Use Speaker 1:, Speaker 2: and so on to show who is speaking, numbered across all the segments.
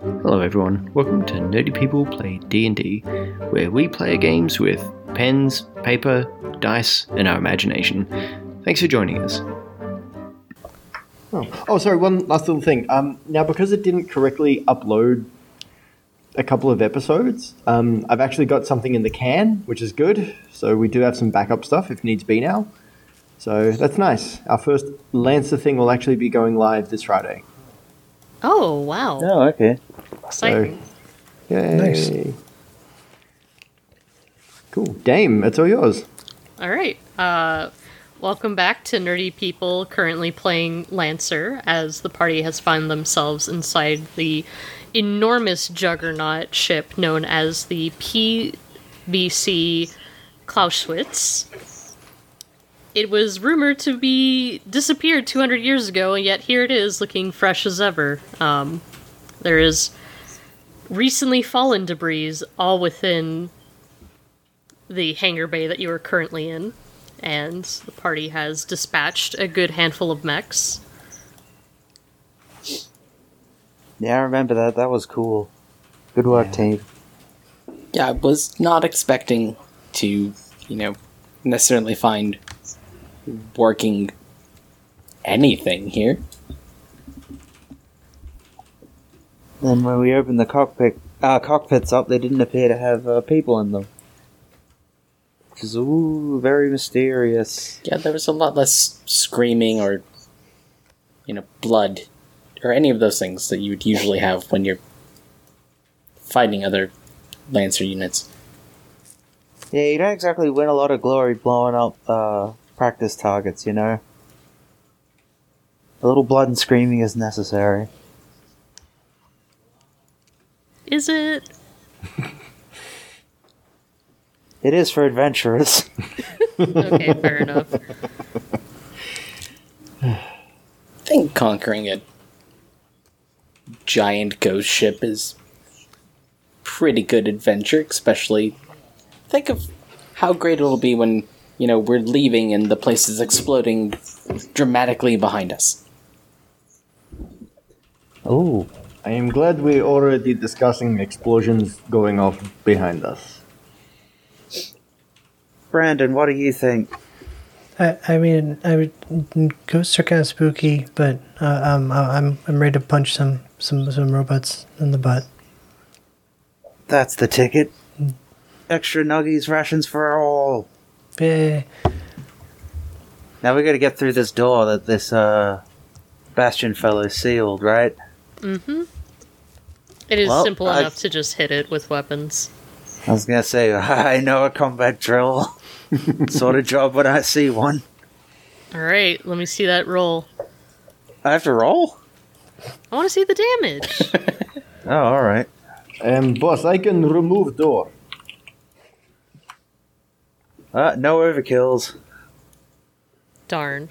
Speaker 1: Hello everyone, welcome to Nerdy People Play D&D, where we play games with pens, paper, dice, and our imagination. Thanks for joining us.
Speaker 2: Oh. oh, sorry, one last little thing. Um, now, because it didn't correctly upload a couple of episodes, um, I've actually got something in the can, which is good. So we do have some backup stuff if needs be now. So that's nice. Our first Lancer thing will actually be going live this Friday.
Speaker 3: Oh wow!
Speaker 4: Oh, okay.
Speaker 3: Exciting.
Speaker 2: Yay.
Speaker 5: Nice.
Speaker 2: Cool. Dame, it's all yours.
Speaker 3: All right. Uh, welcome back to Nerdy People. Currently playing Lancer as the party has found themselves inside the enormous juggernaut ship known as the PBC Clausewitz. It was rumored to be disappeared 200 years ago, and yet here it is, looking fresh as ever. Um, there is recently fallen debris all within the hangar bay that you are currently in, and the party has dispatched a good handful of mechs.
Speaker 4: Yeah, I remember that. That was cool. Good work, team.
Speaker 6: Yeah, I was not expecting to, you know, necessarily find working anything here.
Speaker 4: Then when we opened the cockpit, uh, cockpits up, they didn't appear to have uh, people in them. Which is ooh, very mysterious.
Speaker 6: Yeah, there was a lot less screaming or, you know, blood or any of those things that you would usually have when you're fighting other Lancer units.
Speaker 4: Yeah, you don't exactly win a lot of glory blowing up uh, practice targets, you know. A little blood and screaming is necessary.
Speaker 3: Is it?
Speaker 4: It is for adventurers.
Speaker 3: Okay, fair enough.
Speaker 6: I think conquering a giant ghost ship is pretty good adventure, especially think of how great it'll be when, you know, we're leaving and the place is exploding dramatically behind us.
Speaker 4: ooh,
Speaker 2: I am glad we're already discussing explosions going off behind us.
Speaker 4: Brandon, what do you think?
Speaker 5: I, I mean, I would, mm, ghosts are kind of spooky, but uh, um, I- I'm I'm ready to punch some some some robots in the butt.
Speaker 4: That's the ticket. Extra nuggies, rations for all.
Speaker 5: Yeah,
Speaker 4: Now we gotta get through this door that this uh Bastion fellow sealed, right?
Speaker 3: It is
Speaker 4: Well,
Speaker 3: simple
Speaker 4: I-
Speaker 3: enough to just hit it with weapons.
Speaker 4: I was gonna say I know a combat drill sort of job when I see one.
Speaker 3: All right, let me see that roll.
Speaker 4: I have to roll?
Speaker 3: I want to see the damage.
Speaker 4: Oh, alright.
Speaker 2: Um, boss, I can remove door.
Speaker 4: Uh, no overkills.
Speaker 3: Darn.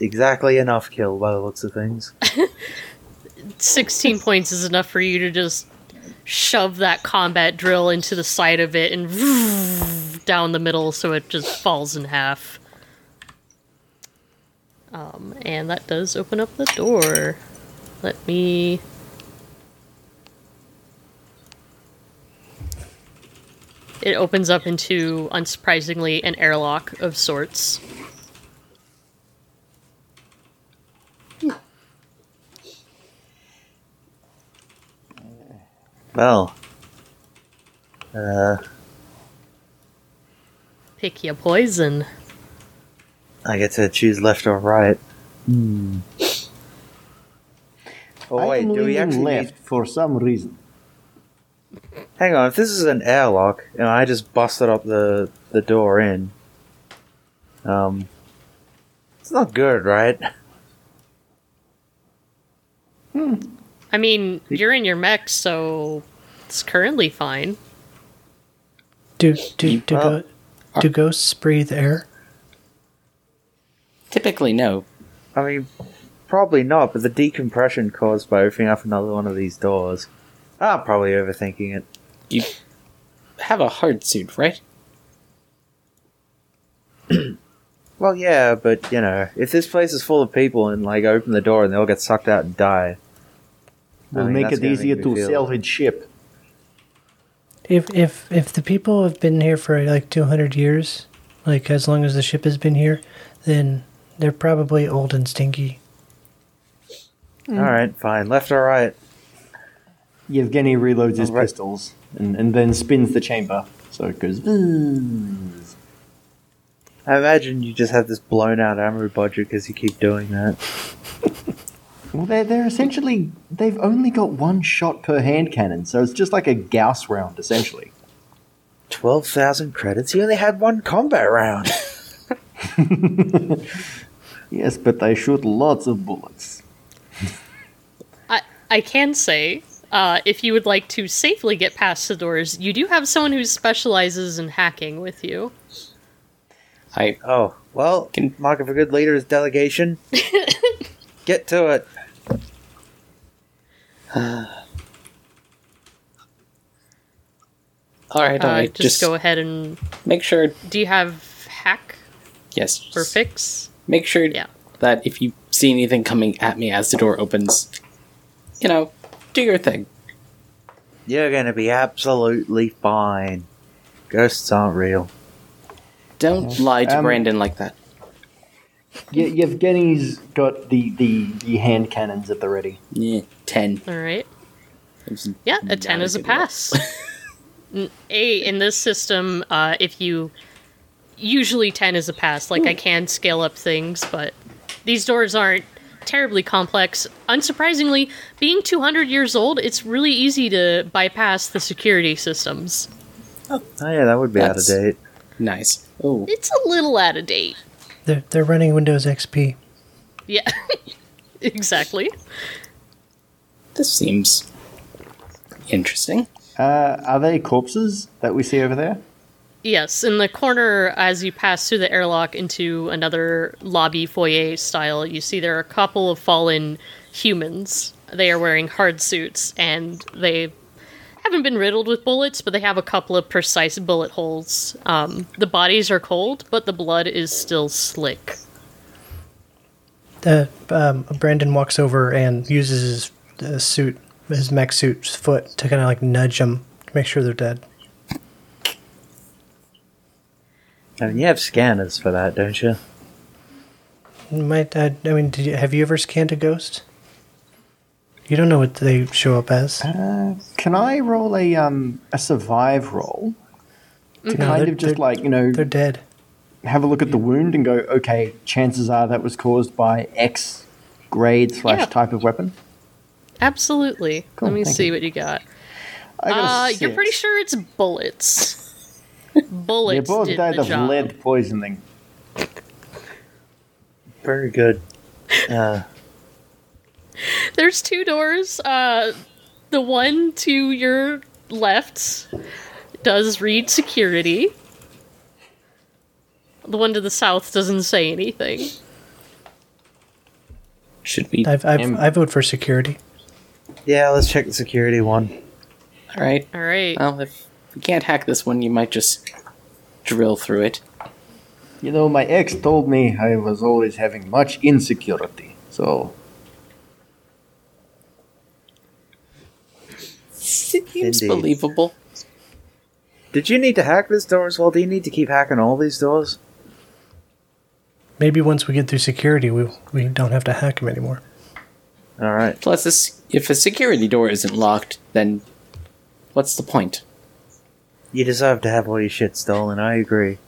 Speaker 4: Exactly enough kill by the looks of things.
Speaker 3: 16 points is enough for you to just shove that combat drill into the side of it and down the middle so it just falls in half. Um, and that does open up the door. Let me. It opens up into, unsurprisingly, an airlock of sorts.
Speaker 4: Well. Uh
Speaker 3: Pick your poison.
Speaker 4: I get to choose left or right. Hmm. Oh
Speaker 2: I
Speaker 4: wait,
Speaker 2: am
Speaker 4: do we
Speaker 2: leaning
Speaker 4: actually need
Speaker 2: left for some reason?
Speaker 4: Hang on, if this is an airlock and I just busted up the the door in, um, it's not good, right?
Speaker 3: I mean, you're in your mech, so it's currently fine.
Speaker 5: do do do,
Speaker 4: well-
Speaker 5: go, do ghosts breathe air?
Speaker 6: Typically, no.
Speaker 4: I mean, probably not, but the decompression caused by opening up another one of these doors. I'm probably overthinking it.
Speaker 6: You have a hard suit, right?
Speaker 4: Well, yeah, but you know, if this place is full of people and like I open the door and they all get sucked out and die,
Speaker 2: will
Speaker 4: mean,
Speaker 2: make
Speaker 4: that's
Speaker 2: it
Speaker 4: gonna
Speaker 2: easier
Speaker 4: make me
Speaker 2: to
Speaker 4: feel-
Speaker 2: salvage ship.
Speaker 5: If if if the people have been here for like 200 years, like as long as the ship has been here, then they're probably old and stinky.
Speaker 4: All right, fine. Left or right?
Speaker 2: Yevgeny reloads his
Speaker 4: Alright.
Speaker 2: pistols and, and then spins the chamber. So it goes. "Bzzz."
Speaker 4: I imagine you just have this blown out ammo budget because you keep doing that.
Speaker 2: Well, they're, they're essentially. They've only got one shot per hand cannon, so it's just like a Gauss round, essentially.
Speaker 4: Twelve thousand credits. You only had one combat round.
Speaker 2: Yes, but they shoot lots of bullets.
Speaker 3: I, I can say, uh, if you would like to safely get past the doors, you do have someone who specializes in hacking with you.
Speaker 6: I
Speaker 4: Oh well,
Speaker 6: Can-
Speaker 4: mark of a good leader is delegation. Get to it.
Speaker 6: all right, all
Speaker 3: Uh,
Speaker 6: right.
Speaker 3: just, go ahead and.
Speaker 6: make sure.
Speaker 3: Do you have hack
Speaker 6: Yes, just
Speaker 3: or fix?
Speaker 6: Make sure
Speaker 3: Yeah.
Speaker 6: that if you see anything coming at me as the door opens, you know, do your thing.
Speaker 4: You're gonna be absolutely fine. Ghosts aren't real.
Speaker 6: Don't lie to
Speaker 2: Um,
Speaker 6: Brandon like that.
Speaker 2: Ye- Yevgeny's got the, the, the hand cannons at the ready.
Speaker 6: Yeah, ten.
Speaker 3: All right.
Speaker 6: It was
Speaker 3: Yeah, a
Speaker 6: not
Speaker 3: 10 is a
Speaker 6: good roll.
Speaker 3: pass. N- a, in this system, uh, if you. Usually 10 is a pass. Like, I can scale up things, but these doors aren't terribly complex. Unsurprisingly, being 200 years old, it's really easy to bypass the security systems.
Speaker 4: Oh yeah, that would be
Speaker 6: That's-
Speaker 4: out of date.
Speaker 6: Nice. Oh,
Speaker 3: It's a little out of date.
Speaker 5: They're they're running Windows XP.
Speaker 3: Yeah, exactly.
Speaker 6: this seems interesting.
Speaker 2: Uh, are they corpses that we see over there?
Speaker 3: Yes, in the corner as you pass through the airlock into another lobby foyer style, you see there are a couple of fallen humans. They are wearing hard suits and they haven't been riddled with bullets, but they have a couple of precise bullet holes. Um, the bodies are cold, but the blood is still slick.
Speaker 5: Uh, um, Brandon walks over and uses his uh, suit, his mech suit's foot to kind of like nudge them, make sure they're dead.
Speaker 4: I mean, you have scanners for that, don't you?
Speaker 5: Might I, I mean, did you, have you ever scanned a ghost? You don't know what they show up as.
Speaker 2: Can I roll a um a survive roll to
Speaker 5: No,
Speaker 2: kind
Speaker 5: they're-
Speaker 2: of just
Speaker 5: Mm-hmm. they're-
Speaker 2: like you know
Speaker 5: They're dead.
Speaker 2: have a look at the wound and go okay chances are that was caused by X grade slash
Speaker 3: Yeah.
Speaker 2: type of weapon.
Speaker 3: Absolutely.
Speaker 2: Cool,
Speaker 3: Let me
Speaker 2: thank
Speaker 3: see
Speaker 2: you.
Speaker 3: what you got.
Speaker 2: I got
Speaker 3: Uh,
Speaker 2: a
Speaker 3: you're
Speaker 2: six.
Speaker 3: pretty sure it's bullets.
Speaker 2: They
Speaker 3: bullets.
Speaker 2: both
Speaker 3: did
Speaker 2: died
Speaker 3: the
Speaker 2: of
Speaker 3: job.
Speaker 2: lead poisoning.
Speaker 4: Very good. Uh,
Speaker 3: There's two doors. Uh, the one to your left does read security. The one to the south doesn't say anything.
Speaker 6: Should be
Speaker 5: I've, I've, I vote for security.
Speaker 4: yeah, let's check the security one.
Speaker 6: all right.
Speaker 3: All right.
Speaker 6: Well, if we can't hack this one, you might just drill through it.
Speaker 2: You know, my ex told me I was always having much insecurity. So
Speaker 6: Seems
Speaker 4: Indeed.
Speaker 6: believable.
Speaker 4: Did you need to hack this door as well? Do you need to keep hacking all these doors?
Speaker 5: Maybe once we get through security, we we don't have to hack them anymore.
Speaker 4: All right.
Speaker 6: Plus, this, if a security door isn't locked, then what's the point?
Speaker 4: You deserve to have all your shit stolen. I agree.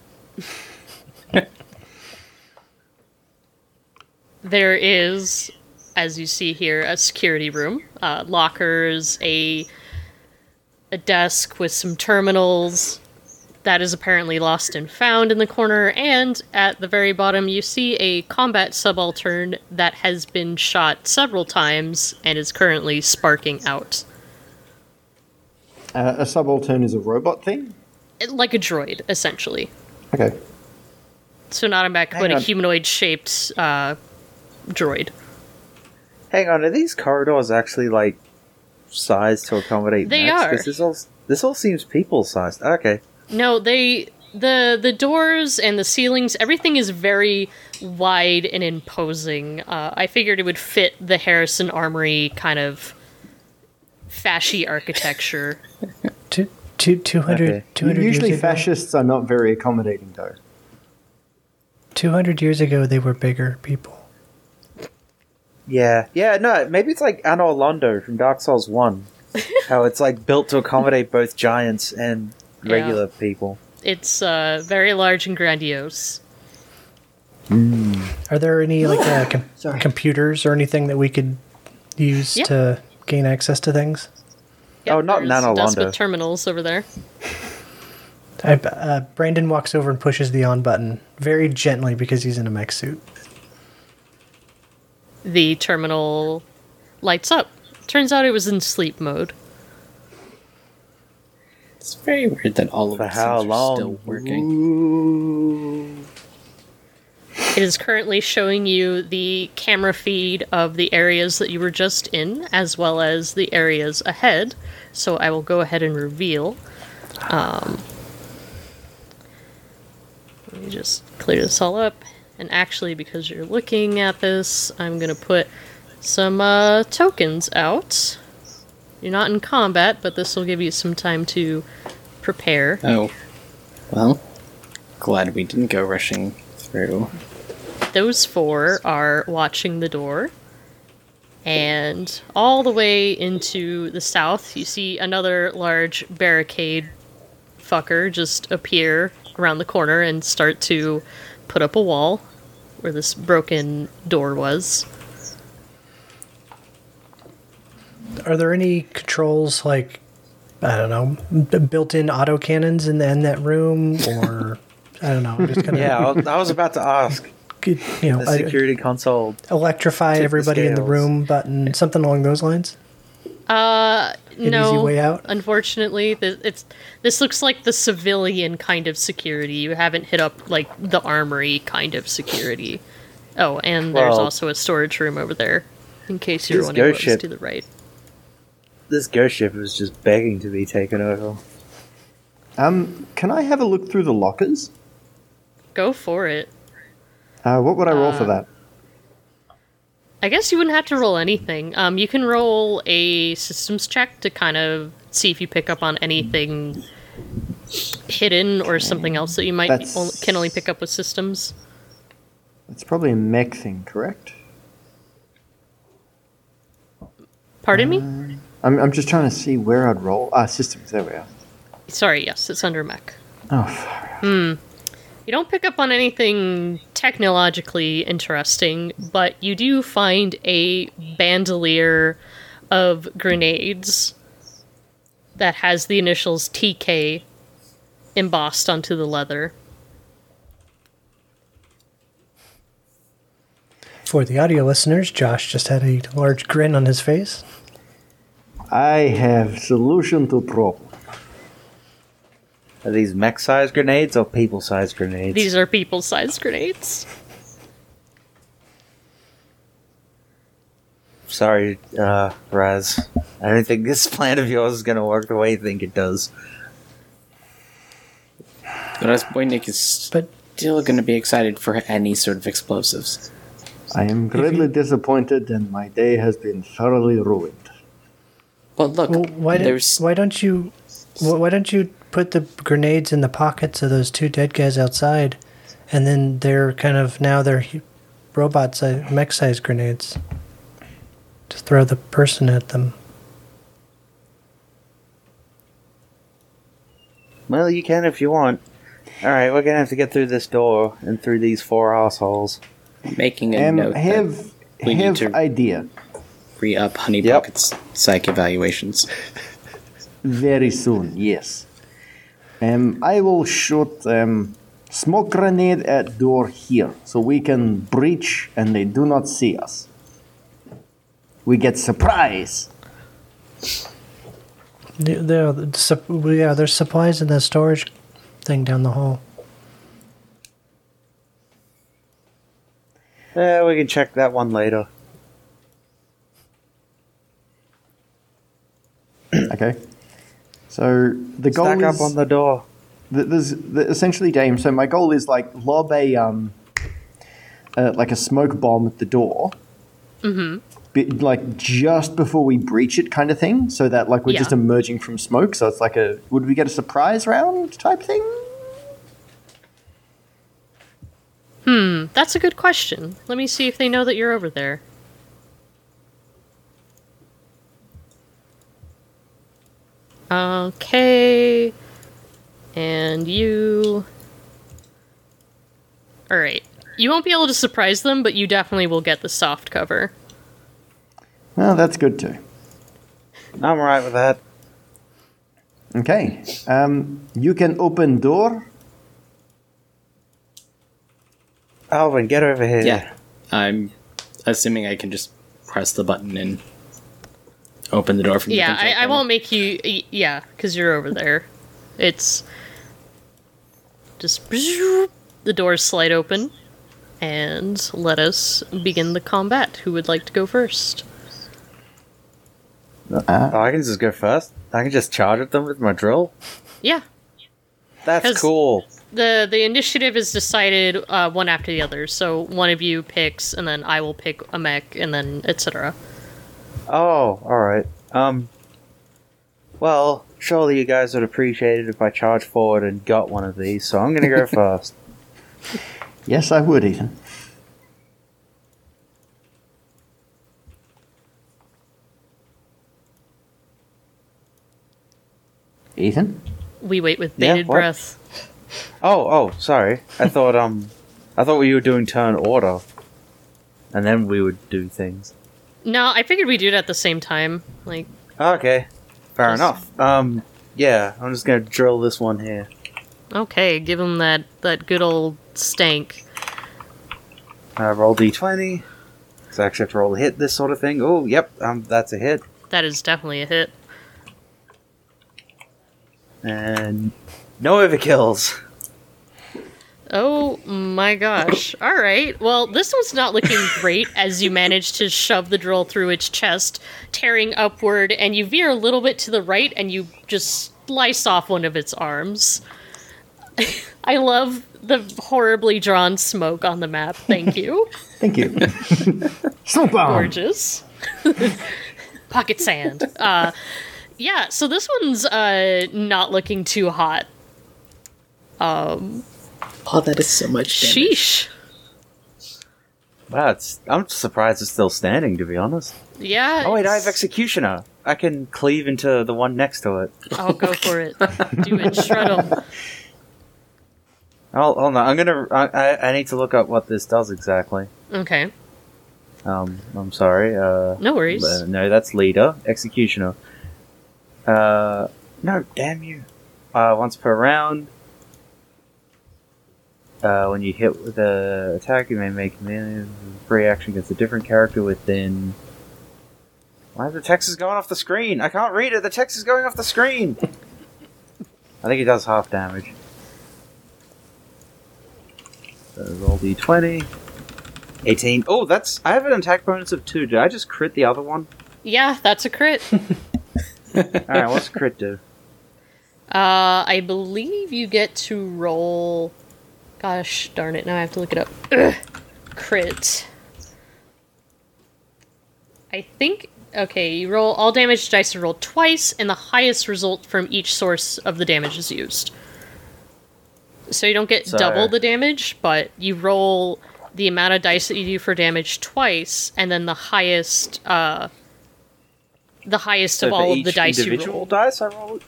Speaker 3: There is, as you see here, a security room, uh, lockers, a a desk with some terminals that is apparently lost and found in the corner, and at the very bottom you see a combat subaltern that has been shot several times and is currently sparking out,
Speaker 2: uh, a subaltern is a robot thing.
Speaker 3: It- like a droid, essentially.
Speaker 2: Okay.
Speaker 3: So not a mech,
Speaker 4: Hang
Speaker 3: but a
Speaker 4: on.
Speaker 3: humanoid-shaped uh, droid.
Speaker 4: Hang on, are these corridors actually like sized to accommodate?
Speaker 3: They
Speaker 4: mechs?
Speaker 3: are.
Speaker 4: 'Cause This all this all seems people sized. Okay.
Speaker 3: No, they the the doors and the ceilings, everything is very wide and imposing. Uh, I figured it would fit the Harrison Armory kind of fasci architecture.
Speaker 5: Two, two, 200,
Speaker 4: Okay.
Speaker 5: 200
Speaker 2: Usually
Speaker 5: years ago,
Speaker 2: fascists are not very accommodating, though.
Speaker 5: 200 years ago, they were bigger people.
Speaker 4: Yeah, yeah, no, maybe it's like Anor Londo from Dark Souls 1. how it's like built to accommodate both giants and regular people.
Speaker 3: It's uh, very large and grandiose.
Speaker 5: Are there any like uh, com-
Speaker 2: Sorry.
Speaker 5: computers or anything that we could use
Speaker 3: Yeah.
Speaker 5: to gain access to things?
Speaker 4: Oh, not
Speaker 3: there's dust
Speaker 4: Nanolanda.
Speaker 3: with terminals over there.
Speaker 5: I, uh, Brandon walks over and pushes the on button very gently because he's in a mech suit.
Speaker 3: The terminal lights up. Turns out it was in sleep mode.
Speaker 6: It's very weird that all of
Speaker 4: For
Speaker 6: these
Speaker 4: how
Speaker 6: things are
Speaker 4: long?
Speaker 6: still working.
Speaker 3: It is currently showing you the camera feed of the areas that you were just in, as well as the areas ahead. So I will go ahead and reveal. Um, let me just clear this all up. And actually, because you're looking at this, I'm going to put some uh, tokens out. You're not in combat, but this will give you some time to prepare.
Speaker 6: Oh. Well, glad we didn't go rushing through.
Speaker 3: those four are watching the door. And all the way into the south, you see another large barricade fucker just appear around the corner and start to put up a wall where this broken door was.
Speaker 5: Are there any controls like I don't know, b- built-in auto cannons in, the, in that room, or I don't know, just kind of
Speaker 4: Yeah, I was- I was about to ask.
Speaker 5: you know,
Speaker 4: The
Speaker 5: I-
Speaker 4: security console.
Speaker 5: electrify
Speaker 4: Tip the
Speaker 5: everybody in the
Speaker 4: scales.
Speaker 5: room button, something along those lines. An
Speaker 3: Uh, no,
Speaker 5: easy way out?
Speaker 3: unfortunately, th- it's this looks like the civilian kind of security. You haven't hit up like the armory kind of security. Oh, and there's
Speaker 4: Well-
Speaker 3: also a storage room over there, in case you're
Speaker 4: This
Speaker 3: wondering
Speaker 4: ghost
Speaker 3: what's
Speaker 4: ship-
Speaker 3: to the right.
Speaker 4: This ghost ship was just begging to be taken over.
Speaker 2: Um, can I have a look through the lockers?
Speaker 3: Go for it.
Speaker 2: Uh, what would I roll for that?
Speaker 3: I guess you wouldn't have to roll anything. Um, you can roll a systems check to kind of see if you pick up on anything hidden or something else that you might
Speaker 2: That's-
Speaker 3: on- can only pick up with systems.
Speaker 2: It's probably a mech thing, correct?
Speaker 3: Pardon me.
Speaker 4: Uh,
Speaker 2: I'm, I'm just trying to see where I'd roll. Ah, systems. There we are.
Speaker 3: Sorry, yes, it's under mech.
Speaker 2: Oh, far out.
Speaker 3: You don't pick up on anything technologically interesting, but you do find a bandolier of grenades that has the initials TK embossed onto the leather.
Speaker 5: For the audio listeners, Josh just had a large grin on his face.
Speaker 2: I have solution to problem.
Speaker 4: Are these mech sized grenades or people sized grenades?
Speaker 3: These are people sized grenades.
Speaker 4: Sorry, uh, Raz. I don't think this plan of yours is going to work the way you think it does.
Speaker 6: But as Boy Nick is
Speaker 5: But
Speaker 6: still going to be excited for any sort of explosives.
Speaker 2: I am greatly disappointed, and my day has been thoroughly ruined.
Speaker 6: Well, look,
Speaker 5: well, why, do,
Speaker 6: there's
Speaker 5: why don't you wh- why don't you put the grenades in the pockets of those two dead guys outside, and then they're kind of now they're hu- robot size, mech size grenades. Just throw the person at them.
Speaker 4: Well, you can if you want. Alright, we're going to have to get through this door and through these four assholes.
Speaker 6: making a
Speaker 2: Um,
Speaker 6: note that
Speaker 2: have
Speaker 6: we need
Speaker 2: have
Speaker 6: to-
Speaker 2: idea
Speaker 6: re up Honey
Speaker 4: Yep.
Speaker 6: Pocket's psych evaluations.
Speaker 2: very soon. Yes. Um, I will shoot um, smoke grenade at door here, so we can breach, and they do not see us. We get surprise.
Speaker 5: The- the- the sup- yeah, there's supplies in the storage thing down the hall.
Speaker 4: Yeah, we can check that one later.
Speaker 2: Okay. So the goal
Speaker 4: Stack
Speaker 2: is
Speaker 4: up on the door.
Speaker 2: th- there's th- essentially game. So my goal is like lob a um, uh, like a smoke bomb at the door, bi- like just before we breach it, kind of thing. So that like we're
Speaker 3: Yeah.
Speaker 2: just emerging from smoke. So it's like a would we get a surprise round type thing?
Speaker 3: Hmm, That's a good question. Let me see if they know that you're over there. Okay. And you. Alright. You won't be able to surprise them, but you definitely will get the soft cover.
Speaker 2: Well, that's good too.
Speaker 4: I'm alright with that.
Speaker 2: Okay, um, you can open door.
Speaker 4: Alvin, get over here.
Speaker 6: Yeah. I'm assuming I can just press the button and open the door from the
Speaker 3: Yeah,
Speaker 6: control
Speaker 3: I, I
Speaker 6: panel.
Speaker 3: won't make you. y- Yeah, because you're over there. It's just the doors slide open, and let us begin the combat. Who would like to go first?
Speaker 2: Uh,
Speaker 4: Oh, I can just go first. I can just charge at them with my drill.
Speaker 3: Yeah,
Speaker 4: That's
Speaker 3: 'Cause-
Speaker 4: cool.
Speaker 3: the the initiative is decided uh, one after the other. So one of you picks, and then I will pick a mech, and then etc.
Speaker 4: Oh, alright. Um. Well, surely you guys would appreciate it if I charged forward and got one of these, so I'm gonna go first.
Speaker 2: Yes, I would, Ethan. Ethan?
Speaker 3: We wait with
Speaker 4: Yeah,
Speaker 3: bated
Speaker 4: what?
Speaker 3: breath.
Speaker 4: Oh, oh, sorry. I thought um, I thought we were doing turn order, and then we would do things.
Speaker 3: No, I figured we'd do it at the same time. Like
Speaker 4: Okay, fair
Speaker 3: Just-
Speaker 4: enough. Um, yeah, I'm just gonna drill this one here.
Speaker 3: okay, give them that that good old stank.
Speaker 4: Uh, roll d20. So I actually have to roll a hit, this sort of thing. Oh, yep, um, that's a hit.
Speaker 3: That is definitely a hit.
Speaker 4: And no overkills.
Speaker 3: Oh my gosh. All right. Well, this one's not looking great as you manage to shove the drill through its chest, tearing upward, and you veer a little bit to the right and you just slice off one of its arms. I love the horribly drawn smoke on the map. Thank you.
Speaker 2: Thank you. Smoke
Speaker 7: Um.
Speaker 2: bomb!
Speaker 3: Gorgeous. Pocket sand. Uh, yeah, so this one's uh, not looking too hot. Um,
Speaker 7: Oh, that is so much damage.
Speaker 3: Sheesh.
Speaker 4: Wow, it's, I'm surprised it's still standing, to be honest.
Speaker 3: Yeah.
Speaker 4: Oh, wait, I have
Speaker 3: it's-
Speaker 4: Executioner. I can cleave into the one next to it.
Speaker 3: I'll go for it. Do it. Shred 'em.
Speaker 4: Oh, hold on, I'm gonna. I, I, I need to look up what this does exactly.
Speaker 3: Okay.
Speaker 4: Um, I'm sorry. Uh,
Speaker 3: No worries.
Speaker 4: uh, no, that's leader, executioner. Uh, no, damn you. Uh, once per round. Uh, when you hit with a attack, you may make melee free action against a different character within. Why the text is going off the screen? I can't read it. The text is going off the screen. I think it does half damage. So roll d20. 18. Oh, that's. I have an attack bonus of 2. Did I just crit the other one?
Speaker 3: Yeah, that's a crit. Uh,
Speaker 4: Alright, what's crit do?
Speaker 3: Uh, I believe you get to roll. Gosh darn it! Now I have to look it up. Ugh. Crit. I think. Okay, you roll all damage dice are rolled twice, and the highest result from each source of the damage is used. So you don't get
Speaker 4: So-
Speaker 3: double the damage, but you roll the amount of dice that you do for damage twice, and then the highest, uh, the highest of
Speaker 4: for
Speaker 3: all of
Speaker 4: each
Speaker 3: the dice you
Speaker 4: individual
Speaker 3: roll.
Speaker 4: dice I roll?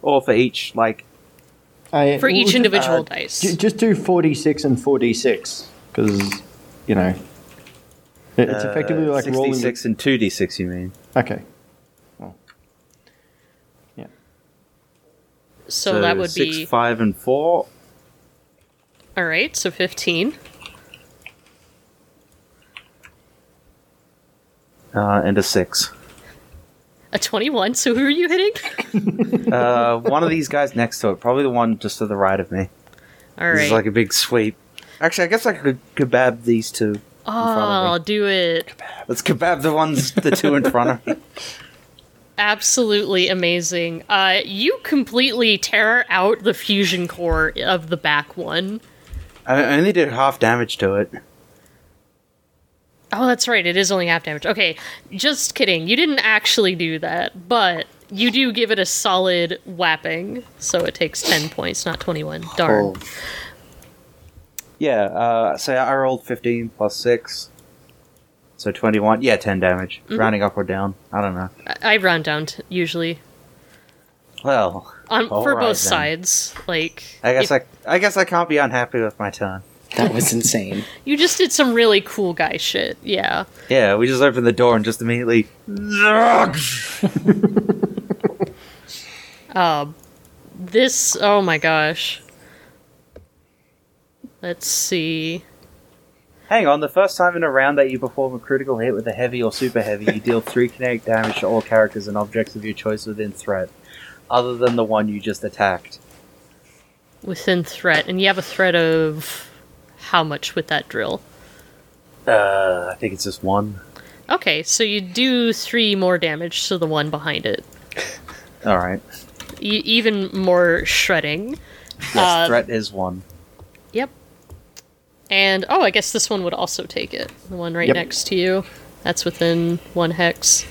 Speaker 4: Or for each, like.
Speaker 2: I-
Speaker 3: for each
Speaker 2: we'll just-
Speaker 3: individual
Speaker 4: uh,
Speaker 3: dice.
Speaker 2: ju- Just do 46 and 46, because, you know, it- it's
Speaker 4: uh,
Speaker 2: effectively like rolling. the-
Speaker 4: 66 and 2d6, you mean?
Speaker 2: Okay.
Speaker 3: so, that would
Speaker 4: 6,
Speaker 3: be
Speaker 4: 5, and 4.
Speaker 3: all right. So fifteen.
Speaker 4: Uh, and a 6.
Speaker 3: A 21, so who are you hitting?
Speaker 4: Uh, one of these guys next to it. Probably the one just to the right of me.
Speaker 3: All
Speaker 4: This
Speaker 3: right.
Speaker 4: is like a big sweep. Actually, I guess I could kebab these two. front
Speaker 3: oh,
Speaker 4: of
Speaker 3: do it.
Speaker 4: Let's kebab the ones, the two in front of me.
Speaker 3: Absolutely amazing. Uh, you completely tear out the fusion core of the back one.
Speaker 4: I I only did half damage to it.
Speaker 3: Oh, that's right. It is only half damage. Okay, just kidding. You didn't actually do that, but you do give it a solid whapping, so it takes 10 points, not 21. Darn.
Speaker 6: Oh,
Speaker 4: Yeah, uh, so I rolled 15 plus 6. So 21. Yeah, 10 damage.
Speaker 3: Mm-hmm.
Speaker 4: Rounding up or down. I don't know.
Speaker 3: I, I round down t- usually
Speaker 4: Well,
Speaker 3: on
Speaker 4: All
Speaker 3: for
Speaker 4: right,
Speaker 3: both
Speaker 4: then.
Speaker 3: sides. Like
Speaker 4: I guess
Speaker 3: if-
Speaker 4: I, I guess I can't be unhappy with my turn.
Speaker 6: that was insane.
Speaker 3: you just did some really cool guy shit. Yeah.
Speaker 4: Yeah, we just opened the door and just immediately.
Speaker 3: Um, This. Oh my gosh. Let's see.
Speaker 4: Hang on, the first time in a round that you perform a critical hit with a heavy or super heavy, you deal three kinetic damage to all characters and objects of your choice within threat, other than the one you just attacked.
Speaker 3: Within threat, and you have a threat of how much with that drill?
Speaker 4: Uh, I think it's just one.
Speaker 3: Okay, so you do three more damage to the one behind it.
Speaker 4: Alright.
Speaker 3: E- even more shredding.
Speaker 4: Yes,
Speaker 3: Uh,
Speaker 4: threat is one.
Speaker 3: Yep. And oh, I guess this one would also take it. The one right
Speaker 2: Yep.
Speaker 3: next to you. That's within one hex.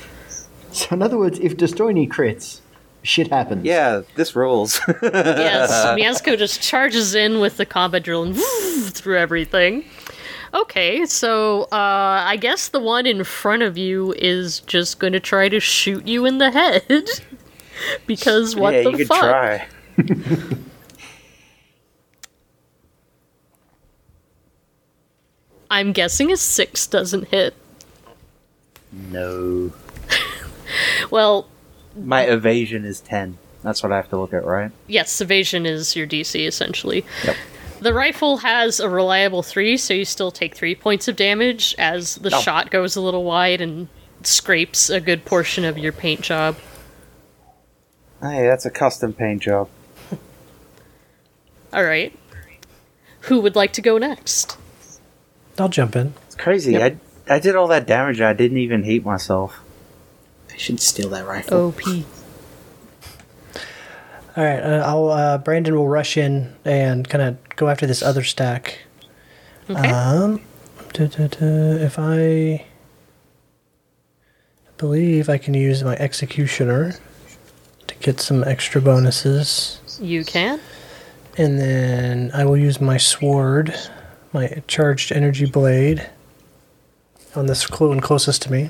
Speaker 2: So, in other words, if Destroyny crits, shit happens.
Speaker 4: Yeah, this rules.
Speaker 3: Yes, Miasco just charges in with the combat drill and through everything. Okay, so uh, I guess the one in front of you is just going to try to shoot you in the head. because what
Speaker 4: yeah,
Speaker 3: the
Speaker 4: you could
Speaker 3: fuck?
Speaker 4: try.
Speaker 3: I'm guessing a six doesn't hit.
Speaker 4: No.
Speaker 3: Well,
Speaker 4: My evasion is 10. That's what I have to look at, right?
Speaker 3: yes, evasion is your DC essentially. The rifle has a reliable three, so you still take three points of damage as the
Speaker 4: Oh.
Speaker 3: shot goes a little wide and scrapes a good portion of your paint job.
Speaker 4: Hey, that's a custom paint job.
Speaker 3: All right. Who would like to go next?
Speaker 5: I'll jump in.
Speaker 4: It's crazy. I, I did all that damage and I didn't even heat myself.
Speaker 6: I should steal that rifle.
Speaker 3: OP.
Speaker 5: All right, uh, I'll uh, Brandon will rush in and kind of go after this other stack.
Speaker 3: Okay.
Speaker 5: Um, duh, duh, duh, if I believe I can use my executioner to get some extra bonuses,
Speaker 3: you can.
Speaker 5: and then I will use my sword, my charged energy blade, on this cl- one closest to me.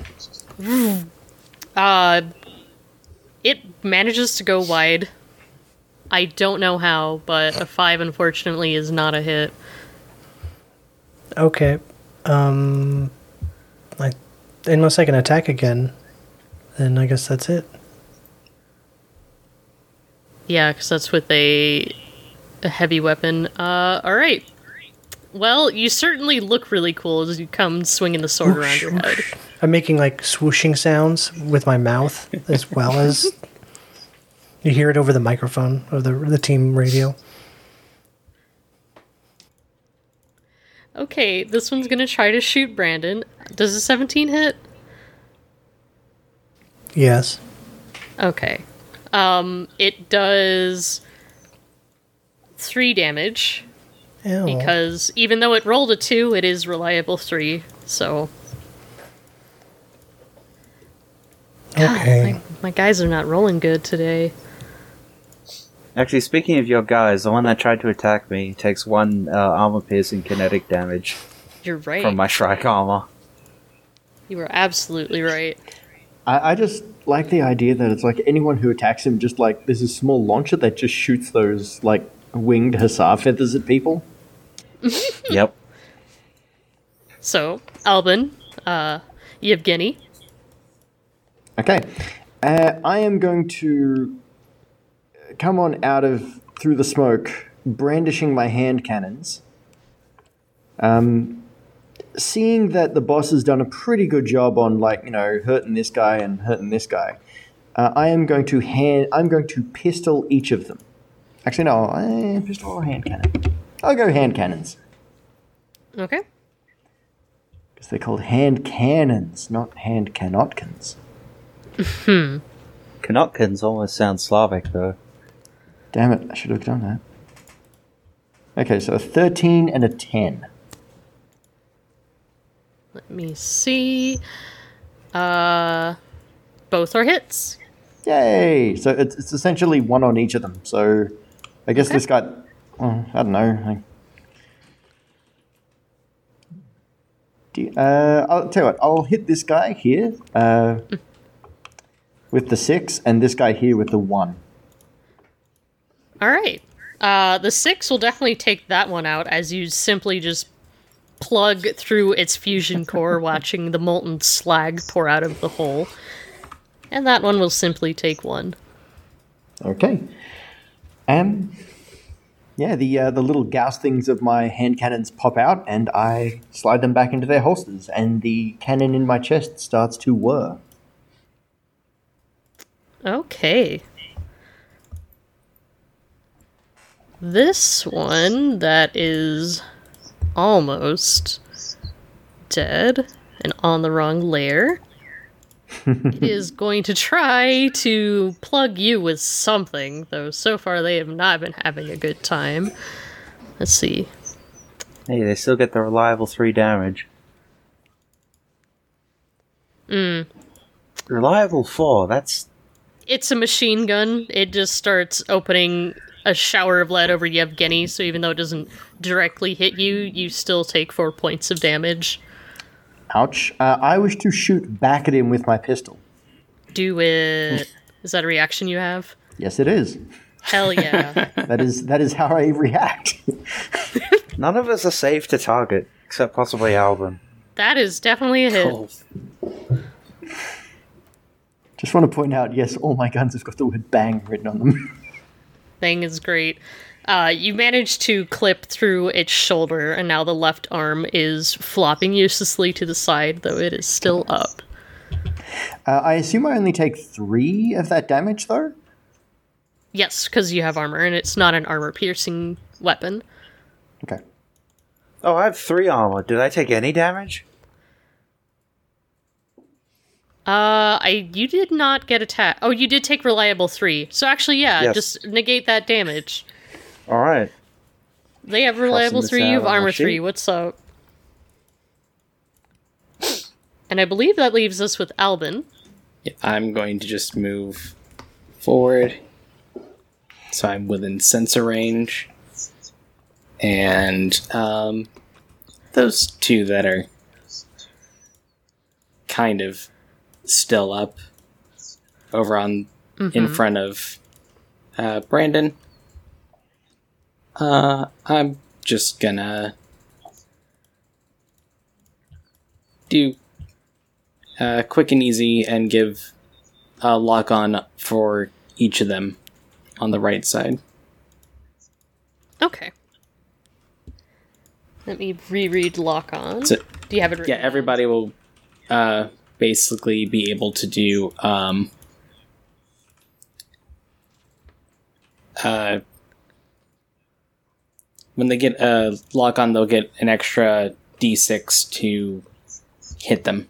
Speaker 3: Uh, it manages to go wide. I don't know how, but a five unfortunately is not a hit.
Speaker 5: Okay. Um, I, unless I can attack again, then I guess that's it.
Speaker 3: Yeah, because that's with a, a heavy weapon. Uh, all right. Well, you certainly look really cool as you come swinging the sword around your head.
Speaker 5: I'm making like swooshing sounds with my mouth as well as you hear it over the microphone of the the team radio.
Speaker 3: Okay, this one's gonna try to shoot Brandon. Does a 17 hit?
Speaker 5: Yes.
Speaker 3: Okay. Um, it does three damage
Speaker 5: Ew.
Speaker 3: because even though it rolled a two, it is reliable three. So God,
Speaker 5: okay.
Speaker 3: my, my guys are not rolling good today.
Speaker 4: Actually, speaking of your guys, the one that tried to attack me takes one uh, armor piercing kinetic damage
Speaker 3: You're right.
Speaker 4: from my Shrike armor.
Speaker 3: you are absolutely right.
Speaker 2: I, I just like the idea that it's like anyone who attacks him just like there's a small launcher that just shoots those like winged hussar feathers at people.
Speaker 3: Hmm.
Speaker 4: yep.
Speaker 3: So Albin, uh, Yevgeny.
Speaker 2: Okay. Uh, I am going to come on out of through the smoke, brandishing my hand cannons. Um, seeing that the boss has done a pretty good job on, like you know, hurting this guy and hurting this guy, uh, I am going to hand. I'm going to pistol each of them. Actually, no, eh, pistol or hand cannon. I'll go hand cannons
Speaker 3: Okay.
Speaker 2: because they're called hand cannons, not hand canotkins.
Speaker 4: Knotkins almost sounds Slavic, though.
Speaker 2: Damn it, I should have done that. Okay, so a 13 and a 10.
Speaker 3: Let me see. Uh, both are hits.
Speaker 2: Yay! So it's, it's essentially one on each of them. So I guess this got, oh, I don't know. Like, do you- uh, I'll tell you what, I'll hit this guy here uh, with the six and this guy here with the one.
Speaker 3: All right. Uh, the six will definitely take that one out as you simply just plug through its fusion core, watching the molten slag pour out of the hole. And that one will simply take one.
Speaker 2: Okay. Um. Yeah, the uh, the little gauss things of my hand cannons pop out, and I slide them back into their holsters, and the cannon in my chest starts to whir.
Speaker 3: Okay. This one that is almost dead and on the wrong layer it is going to try to plug you with something, though so far they have not been having a good time. Let's see.
Speaker 4: Hey, they still get the reliable three damage.
Speaker 3: Hmm.
Speaker 4: Mm. Reliable four. That's
Speaker 3: It's a machine gun. It just starts opening a shower of lead over Yevgeny, so even though it doesn't directly hit you, you still take four points of damage.
Speaker 2: Ouch! Uh, I wish to shoot back at him with my pistol.
Speaker 3: Do it. Is that a reaction you have?
Speaker 2: Yes, it is.
Speaker 3: Hell yeah.
Speaker 2: That is that is how I react.
Speaker 4: none of us are safe to target except possibly Alban.
Speaker 3: that is definitely a hit.
Speaker 6: Oh,
Speaker 2: Just want to point out, yes, all my guns have got the word "bang" written on them.
Speaker 3: thing is great. Uh, you manage to clip through its shoulder, and now the left arm is flopping uselessly to the side, though it is still up.
Speaker 2: Uh, I assume I only take three of that damage, though.
Speaker 3: Yes, because you have armor, and it's not an armor piercing weapon.
Speaker 2: Okay.
Speaker 4: Oh, I have three armor. Did I take any damage?
Speaker 3: Uh, I you did not get attack. Oh, you did take reliable three. So actually, yeah,
Speaker 4: Yes.
Speaker 3: just negate that damage.
Speaker 4: All right.
Speaker 3: They have reliable
Speaker 4: this
Speaker 3: three. You have
Speaker 4: out on my
Speaker 3: armor three.
Speaker 4: sheet.
Speaker 3: What's up? And I believe that leaves us with Albin.
Speaker 6: yeah, I'm going to just move forward. So I'm within sensor range. And um, those two that are kind of still up over on in front of uh, Brandon. Uh, I'm just gonna do uh, quick and easy and give a lock on for each of them on the right side.
Speaker 3: Okay. Let me reread lock on.
Speaker 6: So-
Speaker 3: Do you have it?
Speaker 6: Yeah,
Speaker 3: written down?
Speaker 6: everybody will uh, basically be able to do um, uh, when they get a lock on, they'll get an extra d6 to hit them.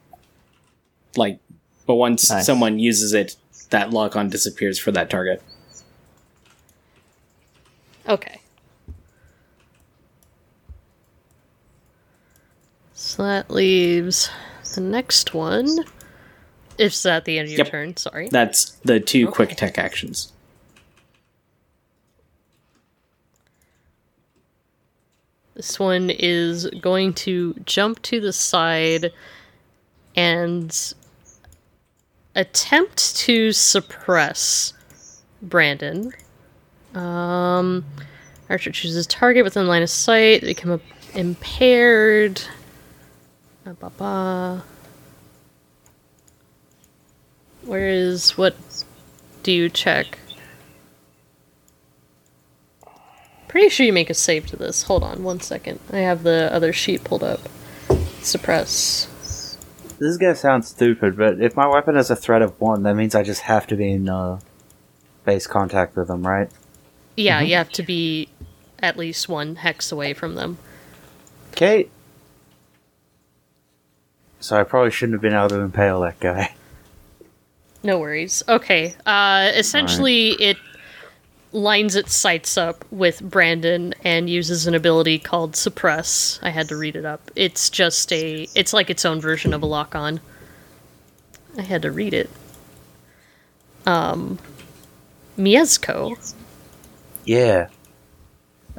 Speaker 6: Like, but once
Speaker 2: Nice.
Speaker 6: someone uses it, that lock on disappears for that target.
Speaker 3: Okay. So that leaves the next one. If at the end of your
Speaker 6: Yep.
Speaker 3: turn, sorry.
Speaker 6: That's the two quick
Speaker 3: Okay.
Speaker 6: tech actions.
Speaker 3: This one is going to jump to the side and attempt to suppress Brandon. Um, Archer chooses target within line of sight, they become impaired. Ba, ba, ba. Where is what do you check? Pretty sure you make a save to this. Hold on one second. I have the other sheet pulled up. Suppress.
Speaker 4: This is gonna sound stupid, but if my weapon is a threat of one, that means I just have to be in uh, base contact with them, right?
Speaker 3: Yeah, you have to be at least one hex away from them.
Speaker 4: Kate. So I probably shouldn't have been able to impale that guy.
Speaker 3: No worries. Okay. Uh, essentially, it lines its sights up with Brandon and uses an ability called suppress. I had to read it up. It's just a it's like its own version of a lock on. I had to read it. Um Miezko.
Speaker 4: Yeah.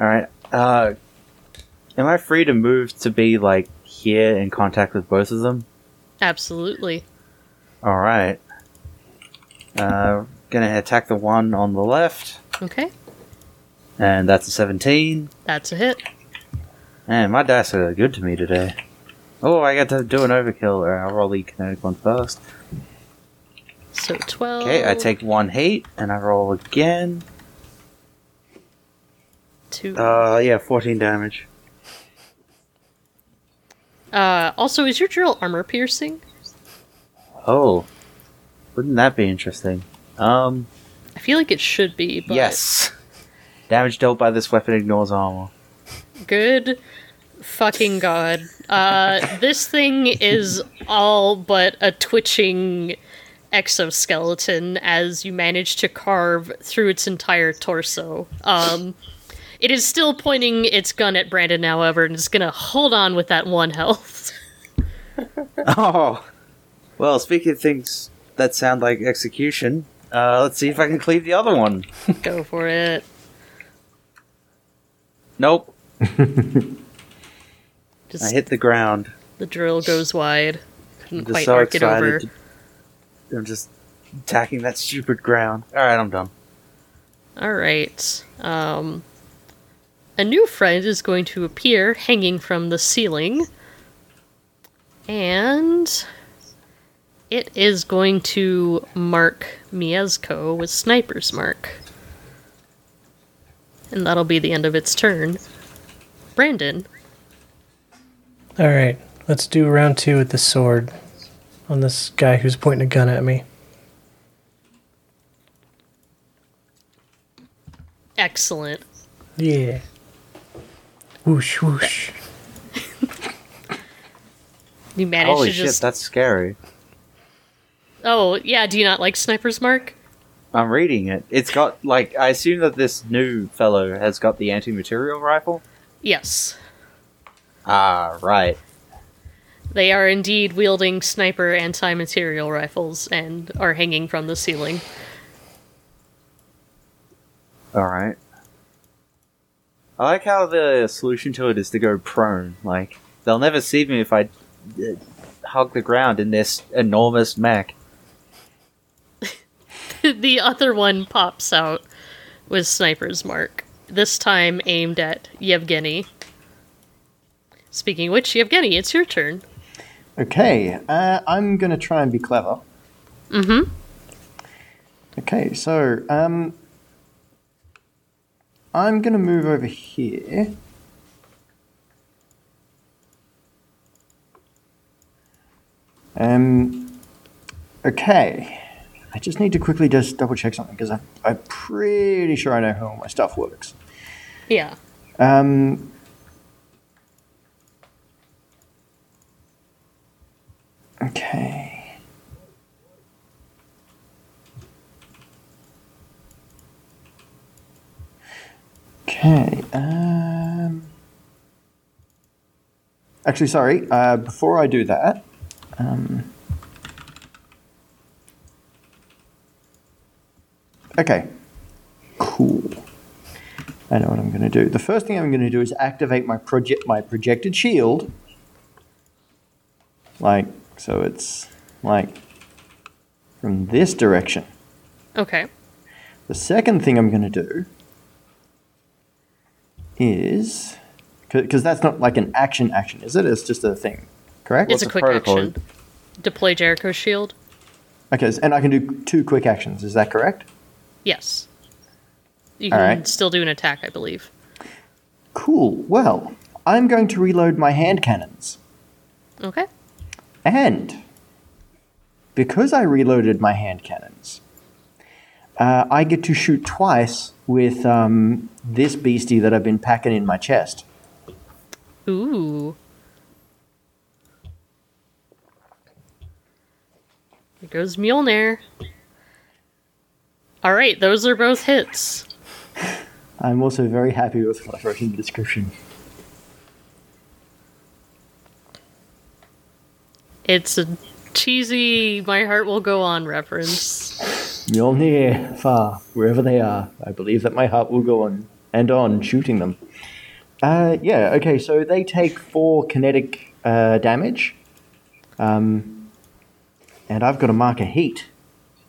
Speaker 4: All right. Uh, am I free to move to be like here in contact with both of them?
Speaker 3: Absolutely.
Speaker 4: All right. Uh, gonna attack the one on the left,
Speaker 3: Okay.
Speaker 4: and that's a seventeen.
Speaker 3: That's a hit.
Speaker 4: Man, my dice are good to me today. Oh, I got to do an overkill. Or I'll roll the kinetic one first.
Speaker 3: So 12.
Speaker 4: Okay, I take one heat, and I roll again.
Speaker 3: two.
Speaker 4: Uh, yeah, fourteen damage.
Speaker 3: Uh, also, is your drill armor piercing?
Speaker 4: Oh, wouldn't that be interesting? Um,
Speaker 3: I feel like it should be, but
Speaker 4: yes. Damage dealt by this weapon ignores armor.
Speaker 3: good fucking god. Uh, this thing is all but a twitching exoskeleton as you manage to carve through its entire torso. Um, it is still pointing its gun at Brandon, however, and is gonna hold on with that one health.
Speaker 4: Oh. Well, speaking of things that sound like execution, uh, let's see if I can cleave the other one.
Speaker 3: Go for it.
Speaker 4: Nope. I
Speaker 3: Just
Speaker 4: hit the ground.
Speaker 3: the drill goes wide. Couldn't
Speaker 4: I'm
Speaker 3: quite
Speaker 4: just so
Speaker 3: arc it over.
Speaker 4: excited. to- I'm just attacking that stupid ground. Alright, I'm done.
Speaker 3: All right. Um, a new friend is going to appear hanging from the ceiling. And it is going to mark Miezko with Sniper's Mark. And that'll be the end of its turn. Brandon.
Speaker 5: All right, let's do round two with the sword on this guy who's pointing a gun at me.
Speaker 3: Excellent.
Speaker 5: Yeah. Whoosh, whoosh.
Speaker 3: You managed
Speaker 4: Holy
Speaker 3: to
Speaker 4: shit,
Speaker 3: just.
Speaker 4: that's scary.
Speaker 3: oh, yeah. Do you not like Sniper's Mark?
Speaker 4: I'm reading it. It's got, like, I assume that this new fellow has got the anti material rifle.
Speaker 3: Yes.
Speaker 4: Ah, right.
Speaker 3: They are indeed wielding sniper anti material rifles and are hanging from the ceiling.
Speaker 4: Alright. I like how the solution to it is to go prone. Like, they'll never see me if I uh, hug the ground in this enormous mech.
Speaker 3: the other one pops out with sniper's mark, this time aimed at Yevgeny. Speaking of which, Yevgeny, it's your turn.
Speaker 2: Okay, uh, I'm going to try and be clever.
Speaker 3: Mm hmm.
Speaker 2: Okay, so um, I'm going to move over here. Um, okay, I just need to quickly just double check something because I'm, I'm pretty sure I know how all my stuff works.
Speaker 3: Yeah.
Speaker 2: Um, okay. Okay. Um, actually, sorry. Uh, before I do that, um, okay. Cool. I know what I'm going to do. The first thing I'm going to do is activate my project my projected shield. Like so it's like from this direction.
Speaker 3: Okay.
Speaker 2: The second thing I'm going to do is because that's not like an action action, is it? It's just a thing, correct?
Speaker 3: it's a
Speaker 4: the
Speaker 3: quick
Speaker 4: protocol?
Speaker 3: action. Deploy Jericho shield?
Speaker 2: okay, and I can do two quick actions. Is that correct?
Speaker 3: Yes. You
Speaker 2: All
Speaker 3: can
Speaker 2: right.
Speaker 3: still do an attack, I believe.
Speaker 2: Cool. Well, I'm going to reload my hand cannons.
Speaker 3: Okay.
Speaker 2: And because I reloaded my hand cannons, uh, I get to shoot twice with um, this beastie that I've been packing in my chest.
Speaker 3: Ooh. There goes Mjolnir. Alright, those are both hits.
Speaker 2: I'm also very happy with what I wrote in the description.
Speaker 3: It's a cheesy "My Heart Will Go On" reference.
Speaker 2: Mjolnir, far, wherever they are, I believe that my heart will go on and on shooting them. Uh, yeah, okay, so they take four kinetic uh, damage. Um, and I've got to mark a heat.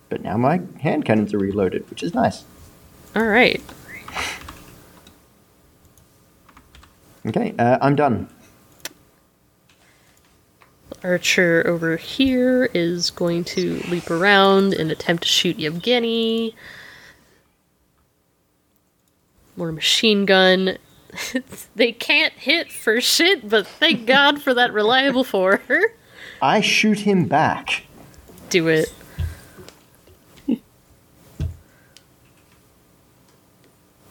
Speaker 2: But now my hand cannons are reloaded, which is nice.
Speaker 3: All right.
Speaker 2: Okay, uh, I'm done.
Speaker 3: Archer over here is going to leap around and attempt to shoot Yevgeny. More machine gun. they can't hit for shit, but thank God for that reliable four.
Speaker 2: I shoot him back.
Speaker 3: Do it.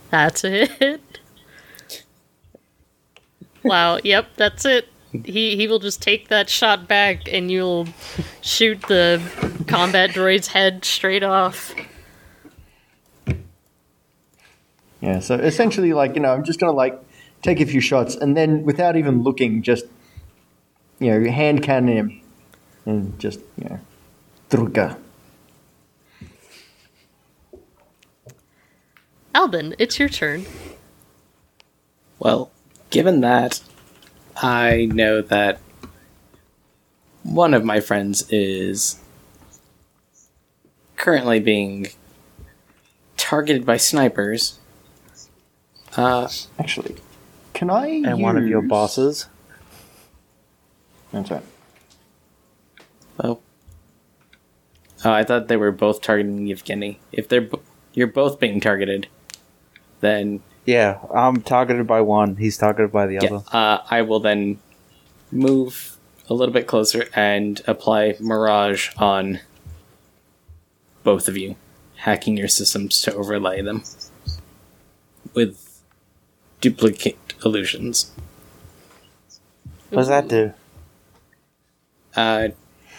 Speaker 3: That's it. Wow, yep, that's it. He he will just take that shot back and you'll shoot the combat droid's head straight off.
Speaker 2: Yeah, so essentially, like, you know, I'm just going to, like, take a few shots and then without even looking, just, you know, hand cannon him and just, you know, druga.
Speaker 3: Albin, it's your turn.
Speaker 6: Well, given that, I know that one of my friends is currently being targeted by snipers. Uh,
Speaker 2: Actually, can I.
Speaker 4: And one of your
Speaker 2: use-
Speaker 4: bosses.
Speaker 2: That's right.
Speaker 6: well, oh, I thought they were both targeting Yevgeny. If they're bo- you're both being targeted, then
Speaker 4: Yeah, I'm targeted by one. He's targeted by the
Speaker 6: yeah,
Speaker 4: other.
Speaker 6: uh, I will then move a little bit closer and apply Mirage on both of you, hacking your systems to overlay them with duplicate illusions.
Speaker 4: What does that do?
Speaker 6: Uh,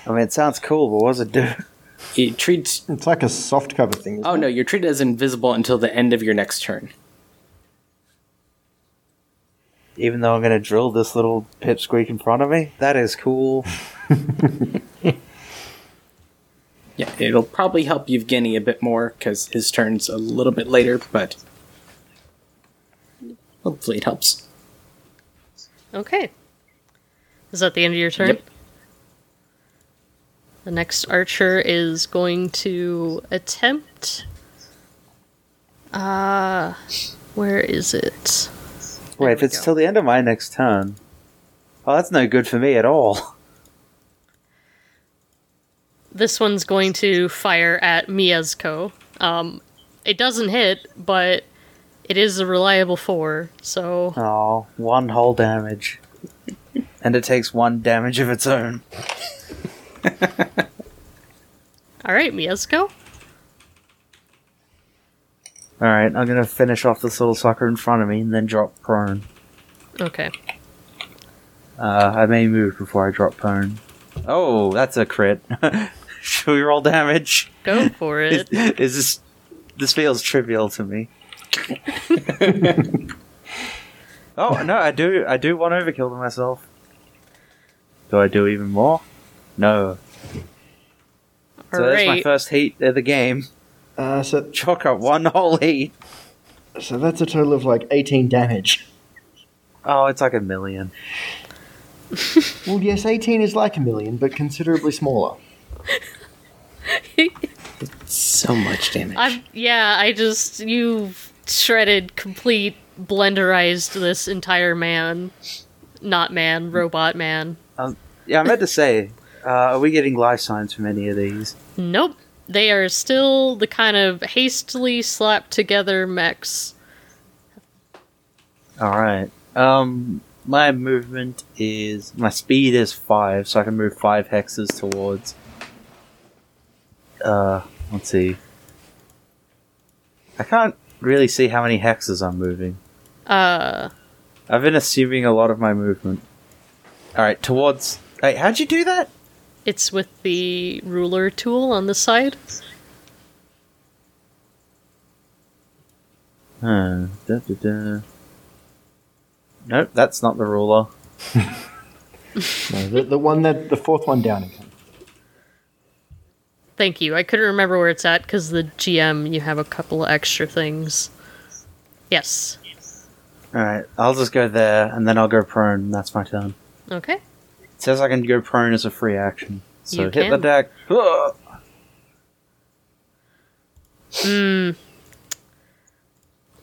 Speaker 4: I mean, it sounds cool, but what does it do?
Speaker 6: it treats
Speaker 2: It's like a soft cover thing.
Speaker 6: Oh no, you're treated as invisible until the end of your next turn.
Speaker 4: Even though I'm going to drill this little pipsqueak in front of me? That is cool.
Speaker 6: Yeah, it'll probably help Evgeny a bit more because his turn's a little bit later, but hopefully it helps.
Speaker 3: Okay. Is that the end of your turn?
Speaker 6: Yep.
Speaker 3: The next archer is going to attempt. Uh, where is it?
Speaker 4: Wait, if
Speaker 3: we
Speaker 4: it's
Speaker 3: go.
Speaker 4: till the end of my next turn. Oh, that's no good for me at all.
Speaker 3: This one's going to fire at Miezko. Um, it doesn't hit, but it is a reliable four, so
Speaker 4: Oh, one whole damage. and it takes one damage of its own.
Speaker 3: All right, Miesco.
Speaker 4: Alright, I'm going to finish off this little sucker in front of me and then drop prone.
Speaker 3: Okay.
Speaker 4: Uh, I may move before I drop prone. Oh, that's a crit. Should we roll damage?
Speaker 3: Go for
Speaker 4: Is,
Speaker 3: it.
Speaker 4: is this. This feels trivial to me. oh no, I do. I do one overkill to myself. Do I do even more? No.
Speaker 3: All
Speaker 4: so that's my
Speaker 3: right.
Speaker 4: first heat of the game.
Speaker 2: Uh, so,
Speaker 4: Chalk up one whole heat.
Speaker 2: so that's a total of like 18 damage.
Speaker 4: Oh, it's like a million.
Speaker 2: Well, yes, 18 is like a million, but considerably smaller.
Speaker 6: So much damage.
Speaker 3: I'm yeah, I just you shredded complete blenderized this entire man. Not man, robot man.
Speaker 4: Yeah, I meant to say, uh, are we getting life signs from any of these?
Speaker 3: Nope. They are still the kind of hastily slapped together mechs.
Speaker 4: All right. Um, my movement is my speed is five, so I can move five hexes towards. Uh, let's see. I can't really see how many hexes I'm moving.
Speaker 3: Uh
Speaker 4: I've been assuming a lot of my movement. All right, towards. Hey, how'd you do that?
Speaker 3: it's with the ruler tool on the side.
Speaker 4: Huh. Da, da, da. Nope, that's not the ruler.
Speaker 2: No, the, the one that the fourth one down again.
Speaker 3: Thank you. I couldn't remember where it's at because the GM, you have a couple extra things. Yes.
Speaker 4: Alright, I'll just go there and then I'll go prone. That's my turn.
Speaker 3: Okay.
Speaker 4: It says I can go prone as a free action. So
Speaker 3: You
Speaker 4: hit the
Speaker 3: can.
Speaker 4: deck. Ugh.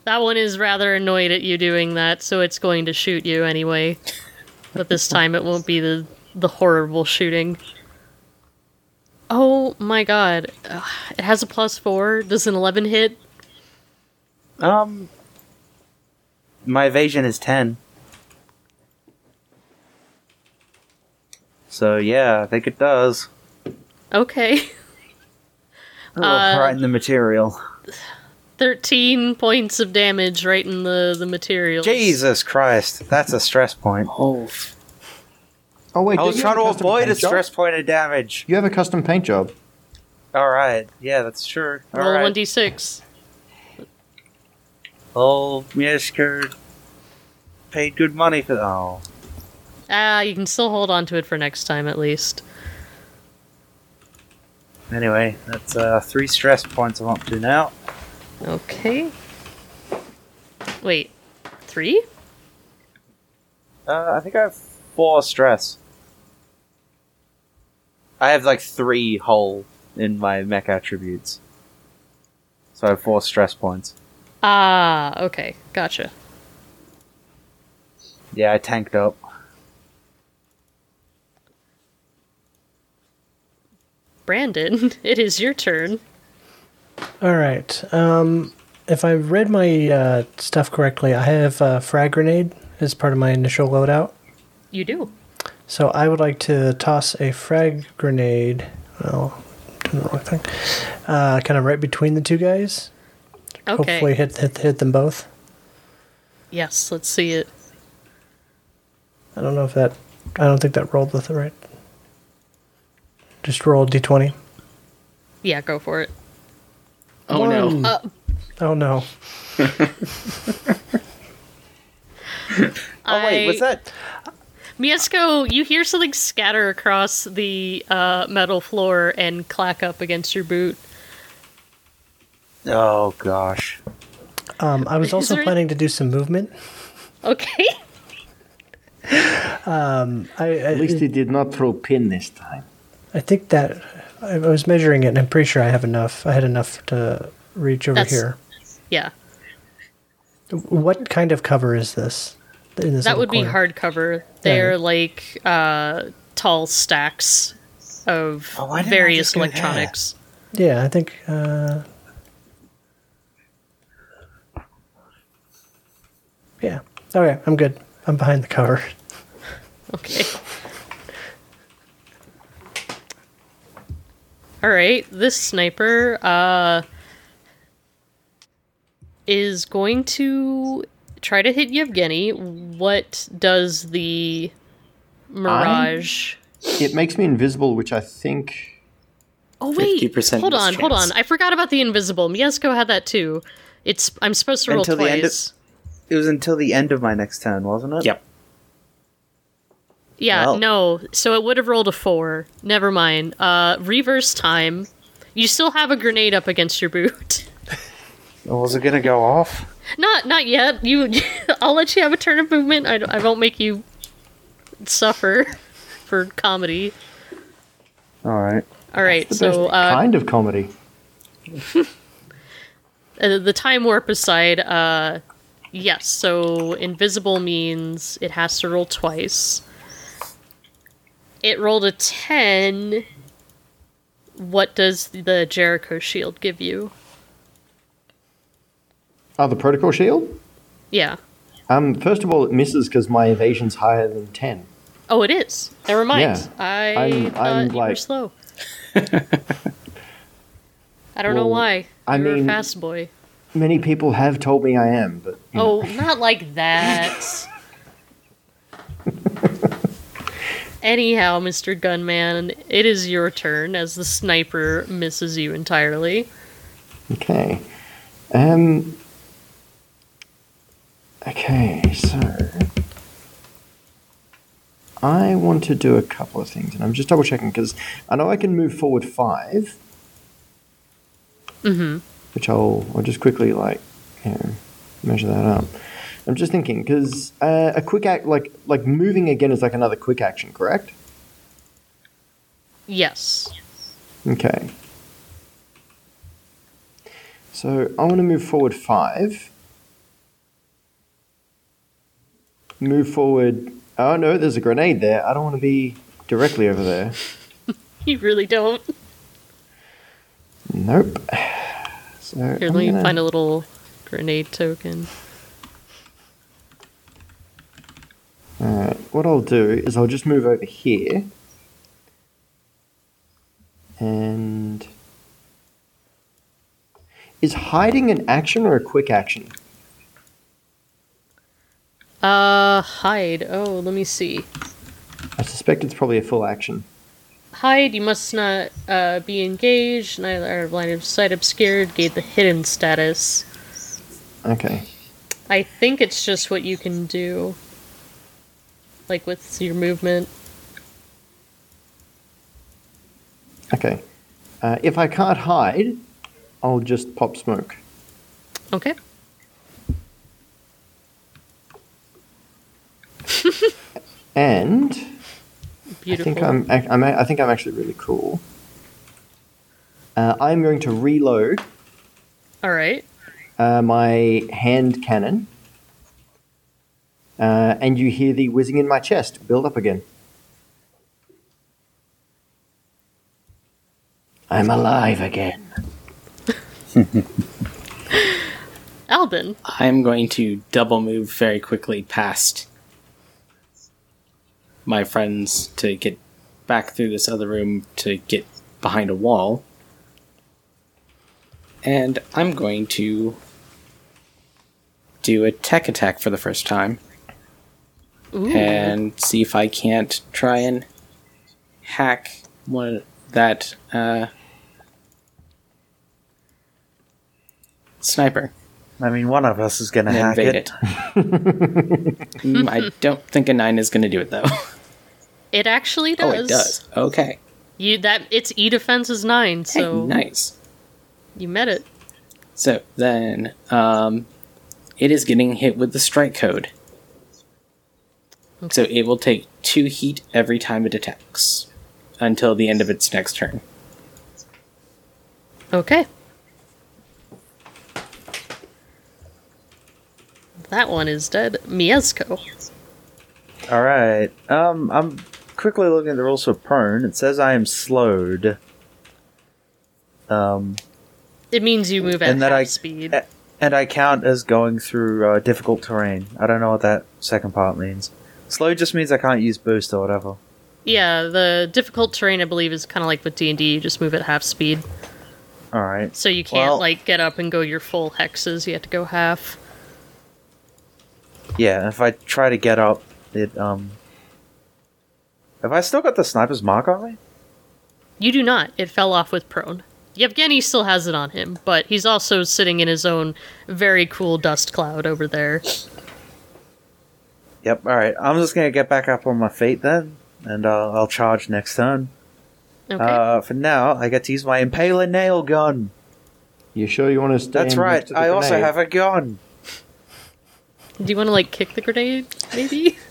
Speaker 3: That one is rather annoyed at you doing that, so it's going to shoot you anyway. but this time it won't be the the horrible shooting. Oh my god. Ugh, It has a plus 4. Does an 11 hit?
Speaker 4: Um, my evasion is ten. So yeah, I think it does.
Speaker 3: Okay.
Speaker 4: Oh,
Speaker 3: Uh,
Speaker 4: right in the material.
Speaker 3: 13 points of damage right in the the materials.
Speaker 4: Jesus Christ, that's a stress point.
Speaker 6: Oh,
Speaker 2: Oh wait,
Speaker 4: I
Speaker 2: don't
Speaker 4: was
Speaker 2: you have
Speaker 4: trying to
Speaker 2: custom
Speaker 4: avoid a
Speaker 2: paint job?
Speaker 4: stress point of damage.
Speaker 2: You have a custom paint job.
Speaker 4: All right, yeah, that's true. All
Speaker 3: Roll
Speaker 4: right.
Speaker 3: 1d6.
Speaker 4: Oh, yes, Kurt. Paid good money for. Oh,
Speaker 3: Ah, you can still hold on to it for next time at least.
Speaker 4: anyway, that's uh, three stress points I'm up to now.
Speaker 3: Okay. Wait. 3?
Speaker 4: Uh, I think I have four stress. I have like three whole in my mech attributes. So I have four stress points.
Speaker 3: Ah, okay. Gotcha.
Speaker 4: Yeah, I tanked up.
Speaker 3: Brandon, it is your turn.
Speaker 5: All right. Um, if I read my uh, stuff correctly, I have uh, frag grenade as part of my initial loadout.
Speaker 3: You do.
Speaker 5: So I would like to toss a frag grenade. Well, doing the wrong thing. Uh, kind of right between the two guys.
Speaker 3: Okay.
Speaker 5: Hopefully, hit, hit hit them both.
Speaker 3: Yes, let's see it.
Speaker 5: I don't know if that. I don't think that rolled with it right. Just roll d d20.
Speaker 3: Yeah, go for it.
Speaker 6: oh no.
Speaker 5: One. Oh no!
Speaker 4: Oh wait, was
Speaker 3: I-
Speaker 4: that?
Speaker 3: Miesco, you hear something scatter across the uh, metal floor and clack up against your boot.
Speaker 4: Oh gosh.
Speaker 5: Um, I was also
Speaker 3: there any-
Speaker 5: planning to do some movement.
Speaker 3: Okay.
Speaker 5: I, I
Speaker 2: At least he did not throw pin this time.
Speaker 5: I think that I was measuring it, and I'm pretty sure I have enough. I had enough to reach over
Speaker 3: That's-
Speaker 5: here.
Speaker 3: Yeah.
Speaker 5: What kind of cover is this? In this
Speaker 3: That
Speaker 5: little
Speaker 3: would be
Speaker 5: corner?
Speaker 3: hardcover. They're like uh, tall stacks of
Speaker 4: Oh, why didn't I
Speaker 3: various
Speaker 4: just go there?
Speaker 3: electronics.
Speaker 5: Yeah, I think. Uh, yeah. Okay, I'm good. I'm behind the cover.
Speaker 3: Okay. All right, this sniper uh is going to try to hit Yevgeny. What does the mirage?
Speaker 2: It makes me invisible, which I think.
Speaker 3: Oh wait,
Speaker 6: 50%
Speaker 3: hold on, hold on.
Speaker 6: mischance.
Speaker 3: I forgot about the invisible. Miesko had that too. It's I'm supposed to roll
Speaker 4: Until the
Speaker 3: twice.
Speaker 4: end of- It was until the end of my next turn, wasn't it?
Speaker 6: Yep.
Speaker 3: Yeah,
Speaker 4: Well.
Speaker 3: no. So it would have rolled a four. Never mind. Uh, reverse time. You still have a grenade up against your boot.
Speaker 4: Or was it gonna go off?
Speaker 3: Not, not yet. You, I'll let you have a turn of movement. I, don't- I won't make you suffer for comedy.
Speaker 4: All right.
Speaker 3: All right.
Speaker 2: The
Speaker 3: So
Speaker 2: best
Speaker 3: uh,
Speaker 2: kind of comedy.
Speaker 3: uh, the time warp aside, uh, yes. So invisible means it has to roll twice. It rolled a ten. What does the Jericho shield give you?
Speaker 2: Oh, the protocol shield.
Speaker 3: Yeah.
Speaker 2: Um, first of all, it misses because my evasion's higher than ten.
Speaker 3: Oh, it is. Never mind.
Speaker 2: Yeah.
Speaker 3: I
Speaker 2: I'm-
Speaker 3: thought
Speaker 2: I'm,
Speaker 3: you were
Speaker 2: like-
Speaker 3: slow. I don't know
Speaker 2: Well,
Speaker 3: why.
Speaker 2: I
Speaker 3: You're a
Speaker 2: mean-
Speaker 3: fast boy.
Speaker 2: Many people have told me I am, but you know,
Speaker 3: Oh, not like that. Anyhow, Mr. Gunman, it is your turn as the sniper misses you entirely.
Speaker 2: okay. Um, Okay, so I want to do a couple of things, and I'm just double checking because I know I can move forward five,
Speaker 3: Mm-hmm.
Speaker 2: which I'll I'll just quickly like you know, measure that up. I'm just thinking because uh, a quick act like like moving again is like another quick action, correct?
Speaker 3: Yes.
Speaker 2: Okay. So I want to move forward five. Move forward. Oh no, there's a grenade there. I don't want to be directly over there.
Speaker 3: You really don't.
Speaker 2: Nope. So
Speaker 3: Here,
Speaker 2: I'm
Speaker 3: let me
Speaker 2: gonna-
Speaker 3: find a little grenade token.
Speaker 2: Alright, uh, what I'll do is I'll just move over here. And. Is hiding an action or a quick action?
Speaker 3: Uh, hide. Oh, let me see.
Speaker 2: I suspect it's probably a full action.
Speaker 3: Hide, you must not uh, be engaged, neither are blind of sight obscured, gave the hidden status.
Speaker 2: Okay.
Speaker 3: I think it's just what you can do. Like with your movement.
Speaker 2: Okay. Uh, if I can't hide, I'll just pop smoke.
Speaker 3: Okay.
Speaker 2: And
Speaker 3: Beautiful.
Speaker 2: I think I'm, ac- I'm a- I think I'm actually really cool. Uh, I'm going to reload
Speaker 3: All right.
Speaker 2: uh, my hand cannon, uh, and you hear the whizzing in my chest build up again. I'm alive again.
Speaker 3: Albin.
Speaker 6: I'm going to double move very quickly past my friends to get back through this other room to get behind a wall. And I'm going to do a tech attack for the first time
Speaker 3: Ooh.
Speaker 6: and see if I can't try and hack one of that uh, sniper.
Speaker 4: I mean, one of us is gonna
Speaker 6: and
Speaker 4: hack
Speaker 6: invade
Speaker 4: it.
Speaker 6: it. Mm, I don't think a nine is going to do it though.
Speaker 3: it actually
Speaker 6: oh,
Speaker 3: does.
Speaker 6: it does. Okay.
Speaker 3: You that its E defense is nine,
Speaker 6: Hey,
Speaker 3: so
Speaker 6: nice.
Speaker 3: you met it.
Speaker 6: So then, um, it is getting hit with the strike code. So it will take two heat every time it attacks until the end of its next turn.
Speaker 3: Okay. That one is dead. Miesco.
Speaker 4: All right. Um, I'm quickly looking at the rules for prone. It says I am slowed. Um,
Speaker 3: It means you move at
Speaker 4: And that
Speaker 3: half
Speaker 4: I-
Speaker 3: speed.
Speaker 4: a- and I count as going through uh, difficult terrain. I don't know what that second part means. Slow just means I can't use boost or whatever.
Speaker 3: yeah, the difficult terrain I believe is kind of like with D and D. You just move at half speed,
Speaker 4: All right.
Speaker 3: so you can't
Speaker 4: Well-
Speaker 3: like get up and go your full hexes. You have to go half.
Speaker 4: Yeah. If I try to get up, it um. Have I still got the sniper's mark on me?
Speaker 3: You do not. It fell off with prone. Yevgeny still has it on him, but he's also sitting in his own very cool dust cloud over there.
Speaker 4: Yep. All right. I'm just gonna get back up on my feet then, and uh, I'll charge next turn.
Speaker 3: Okay.
Speaker 4: Uh, for now, I get to use my impaler nail gun.
Speaker 2: You sure you want to stay?
Speaker 4: That's right. I also have a gun.
Speaker 3: do you want to like kick the grenade, maybe?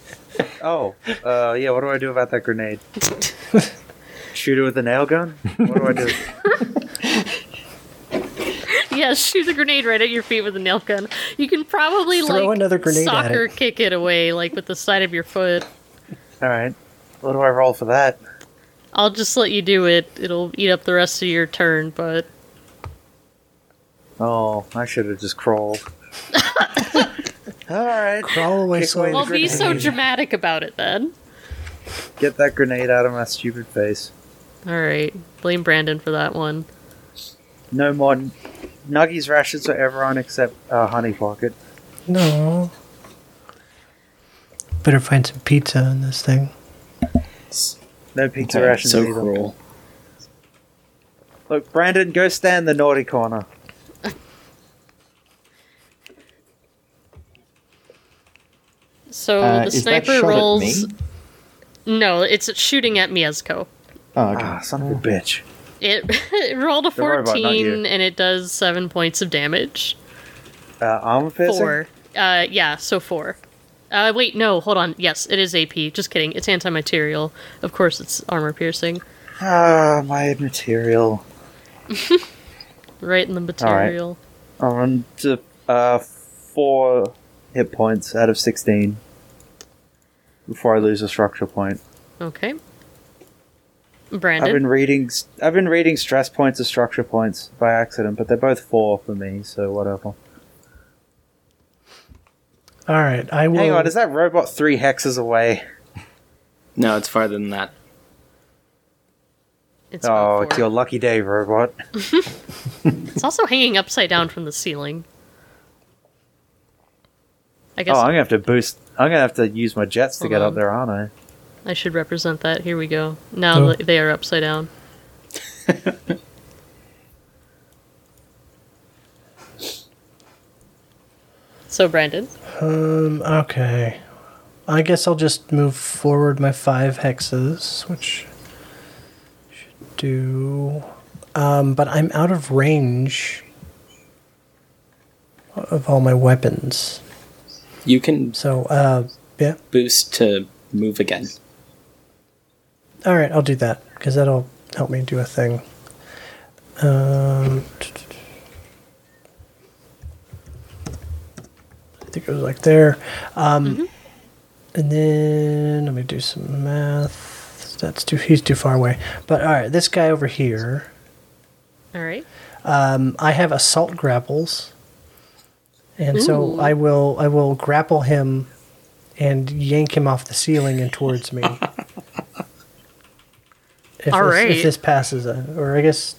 Speaker 4: Oh, uh, yeah. What do I do about that grenade? Shoot it with a nail gun? What do I do?
Speaker 3: yeah, shoot the grenade right at your feet with a nail gun. You can probably
Speaker 5: Throw
Speaker 3: like
Speaker 5: another grenade at
Speaker 3: soccer
Speaker 5: it.
Speaker 3: kick it away, like with the side of your foot.
Speaker 4: All right. What do I roll for that?
Speaker 3: I'll just let you do it. It'll eat up the rest of your turn, but
Speaker 4: Oh, I should have just crawled. All right.
Speaker 5: Crawl away
Speaker 4: Kick away
Speaker 5: slowly.
Speaker 4: the
Speaker 3: well, be so
Speaker 4: grenade.
Speaker 3: dramatic about it then.
Speaker 4: Get that grenade out of my stupid face.
Speaker 3: All right, blame Brandon for that one.
Speaker 4: No more n- Nuggies rations for everyone except uh, Honey Pocket.
Speaker 5: No. Better find some pizza on this thing.
Speaker 4: No pizza
Speaker 6: Okay,
Speaker 4: rations
Speaker 6: so
Speaker 4: either.
Speaker 6: cruel.
Speaker 4: Look, Brandon, go stand in the naughty corner.
Speaker 3: So
Speaker 2: Uh,
Speaker 3: Oh, the
Speaker 2: is that
Speaker 3: sniper
Speaker 2: shot at
Speaker 3: rolls.
Speaker 2: me?
Speaker 3: No, it's shooting at Miesco.
Speaker 2: Oh, okay.
Speaker 3: Uh,
Speaker 4: Ah, son of a bitch.
Speaker 3: It, it rolled a
Speaker 4: Don't worry about it, not
Speaker 3: 14
Speaker 4: you.
Speaker 3: and it does 7 points of damage.
Speaker 4: Uh, armor piercing?
Speaker 3: 4. Uh, yeah, so 4. Uh, wait, no, hold on. Yes, it is AP. Just kidding. It's anti material. Of course, it's armor piercing.
Speaker 4: Ah, my material.
Speaker 3: Right in the material.
Speaker 4: I'm on to uh, four hit points out of 16 before I lose a structure point.
Speaker 3: Okay.
Speaker 4: I've
Speaker 3: Brandon.
Speaker 4: been reading s- I've been reading stress points as structure points by accident, but they're both four for me, so whatever.
Speaker 5: All right, I will.
Speaker 4: Hang on, is that robot three hexes away?
Speaker 6: No, it's farther than that.
Speaker 3: It's, about
Speaker 4: Oh, it's
Speaker 3: four.
Speaker 4: your lucky day, robot.
Speaker 3: it's also hanging upside down from the ceiling. I guess
Speaker 4: Oh, I'm gonna have to boost. I'm gonna have to use my jets to
Speaker 3: Hold
Speaker 4: get up
Speaker 3: on.
Speaker 4: there, aren't I?
Speaker 3: I should represent that. Here we go. Now
Speaker 5: Oh.
Speaker 3: th- they are upside down. so, Brandon,
Speaker 5: Um, okay. I guess I'll just move forward my five hexes, which should do. Um, but I'm out of range of all my weapons.
Speaker 6: You can
Speaker 5: So, uh, yeah.
Speaker 6: boost to move again.
Speaker 5: All right, I'll do that because that'll help me do a thing. Um, I think it was like there. Um, And then let me do some math. That's too. He's too far away. But all right, this guy over here.
Speaker 3: all right.
Speaker 5: Um, I have assault grapples, and so
Speaker 3: Ooh.
Speaker 5: I will. I will grapple him, and yank him off the ceiling and towards me. If
Speaker 3: All
Speaker 5: this,
Speaker 3: right.
Speaker 5: If this passes, uh, or I guess,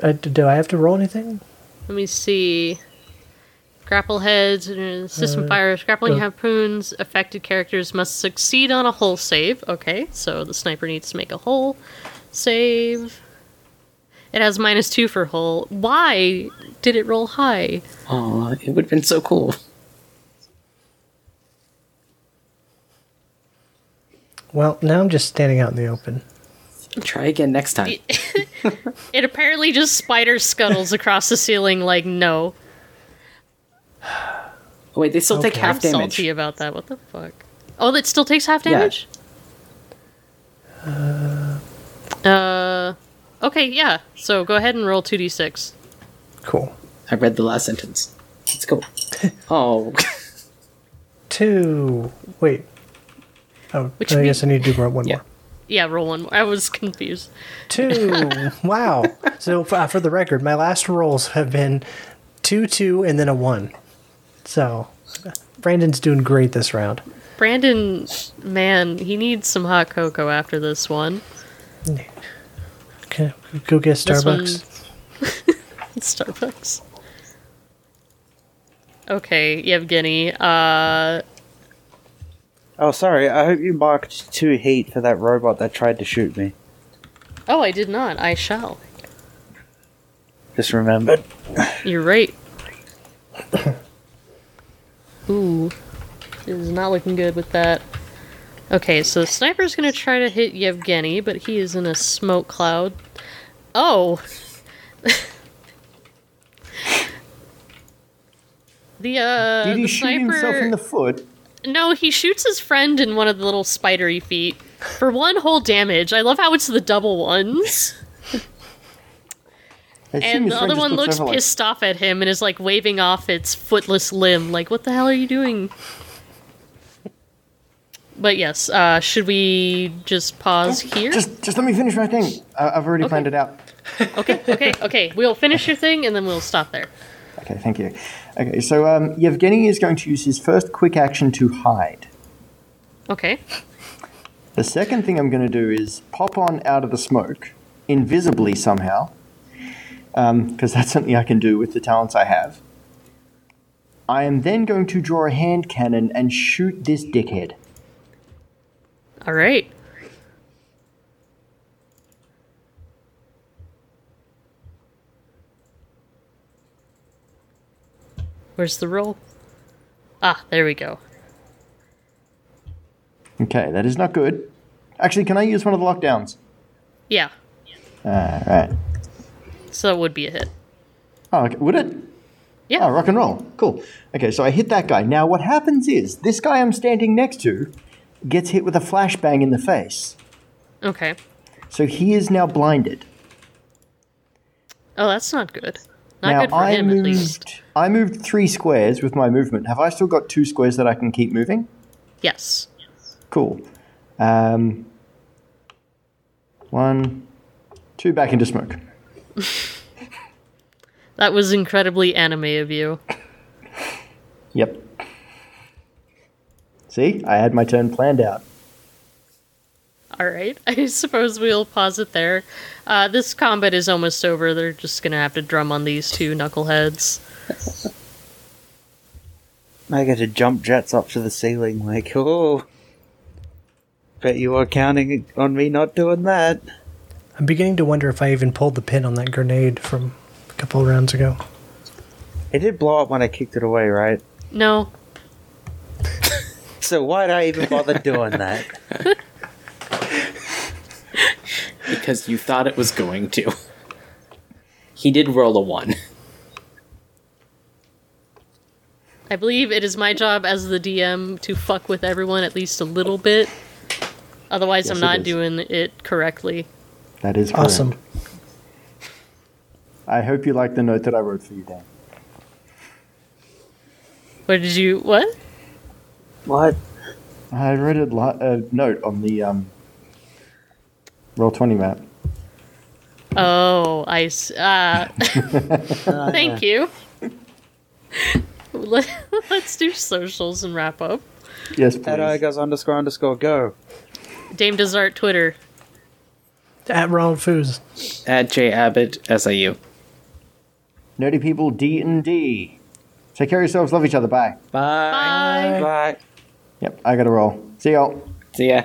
Speaker 5: I, do I have to roll anything?
Speaker 3: Let me see. Grapple heads, uh, system fires, grappling
Speaker 5: uh.
Speaker 3: harpoons. Affected characters must succeed on a hull save. Okay, so the sniper needs to make a hull save. It has minus two for hull. Why did it roll high?
Speaker 6: Oh, it would have been so cool.
Speaker 5: Well, now I'm just standing out in the open.
Speaker 6: Try again next time.
Speaker 3: It apparently just spider scuttles across the ceiling like no.
Speaker 6: Oh, wait, they still take
Speaker 5: Okay.
Speaker 6: half
Speaker 3: I'm
Speaker 6: damage.
Speaker 3: salty about that. What the fuck? Oh, that still takes half damage? Uh, okay, yeah. So go ahead and roll 2d6.
Speaker 5: Cool.
Speaker 6: I read the last sentence. Let's go. Oh,
Speaker 5: Two. Wait. Oh,
Speaker 3: Which
Speaker 5: I
Speaker 3: mean-
Speaker 5: guess I need to do one
Speaker 6: Yeah.
Speaker 5: more.
Speaker 3: Yeah, roll one more. I was confused.
Speaker 5: Two. wow. So f- uh, for the record, my last rolls have been two, two, and then a one. So Brandon's doing great this round.
Speaker 3: Brandon, man, he needs some hot cocoa after this one.
Speaker 5: Okay, go get
Speaker 3: This one-
Speaker 5: Starbucks.
Speaker 3: Starbucks. Okay, Yevgeny. Uh,
Speaker 4: Oh, sorry. I hope you marked two heat for that robot that tried to shoot me.
Speaker 3: oh, I did not. I shall.
Speaker 4: Just remembered.
Speaker 3: You're right. Ooh. It is not looking good with that. Okay, so the sniper's gonna try to hit Yevgeny, but he is in a smoke cloud. Oh! the, uh.
Speaker 2: Did he
Speaker 3: the
Speaker 2: shoot
Speaker 3: sniper...
Speaker 2: himself in the foot?
Speaker 3: No, he shoots his friend in one of the little spidery feet for one whole damage. I love how it's the double ones.
Speaker 2: I assume
Speaker 3: And
Speaker 2: his
Speaker 3: the
Speaker 2: friend
Speaker 3: other
Speaker 2: just
Speaker 3: one looks
Speaker 2: over like,
Speaker 3: pissed off at him and is like waving off its footless limb. Like, what the hell are you doing? But yes, uh, should we just pause here?
Speaker 2: Just, just let me finish my thing. I, I've already planned it out.
Speaker 3: Okay, okay, okay. We'll finish your thing and then we'll stop there.
Speaker 2: Okay, thank you. Okay, so um, Yevgeny is going to use his first quick action to hide.
Speaker 3: Okay.
Speaker 2: The second thing I'm going to do is pop on out of the smoke, invisibly somehow, because that's something I can do with the talents I have. I am then going to draw a hand cannon and shoot this dickhead.
Speaker 3: All right. Where's the roll? Ah, there we go.
Speaker 2: Okay, that is not good. Actually, can I use one of the lockdowns?
Speaker 3: Yeah,
Speaker 2: All right.
Speaker 3: so that would be a hit.
Speaker 2: Oh, okay. would it?
Speaker 3: Yeah.
Speaker 2: Oh, rock and roll. Cool. Okay, so I hit that guy. Now, what happens is this guy I'm standing next to gets hit with a flashbang in the face.
Speaker 3: Okay.
Speaker 2: So he is now blinded.
Speaker 3: Oh, that's not good. Not
Speaker 2: now
Speaker 3: good for him, at least.
Speaker 2: I moved three squares with my movement. Have I still got two squares that I can keep moving?
Speaker 3: Yes.
Speaker 2: Cool. Um, one, two back into smoke.
Speaker 3: That was incredibly anime of you.
Speaker 2: Yep. See, I had my turn planned out.
Speaker 3: All right. I suppose we'll pause it there. Uh, this combat is almost over. They're just going to have to drum on these two knuckleheads.
Speaker 4: I get to jump jets up to the ceiling, like, oh. Bet you are counting on me not doing that.
Speaker 5: I'm beginning to wonder if I even pulled the pin on that grenade from a couple of rounds ago.
Speaker 4: It did blow up when I kicked it away, right?
Speaker 3: No.
Speaker 4: So why'd I even bother doing that?
Speaker 6: because you thought it was going to. He did roll a one.
Speaker 3: I believe it is my job as the DM to fuck with everyone at least a little bit. Otherwise,
Speaker 2: Yes,
Speaker 3: I'm
Speaker 2: it
Speaker 3: not
Speaker 2: is.
Speaker 3: doing it correctly.
Speaker 2: That is correct.
Speaker 5: Awesome.
Speaker 2: I hope you like the note that I wrote for you, Dan.
Speaker 3: What did you. What?
Speaker 4: What?
Speaker 2: I wrote a, li- a note on the um, roll twenty map.
Speaker 3: Oh, I. s- Uh, thank you. Let, let's do socials and wrap up.
Speaker 2: Yes, please.
Speaker 4: At Igos underscore underscore go.
Speaker 3: Dame Desart Twitter.
Speaker 5: At Ronald Foos.
Speaker 6: At J Abbott SIU.
Speaker 2: Nerdy people, D and D. Take care of yourselves. Love each other. Bye.
Speaker 6: Bye.
Speaker 3: Bye.
Speaker 4: Bye.
Speaker 2: Yep, I got to roll. See y'all.
Speaker 6: See ya.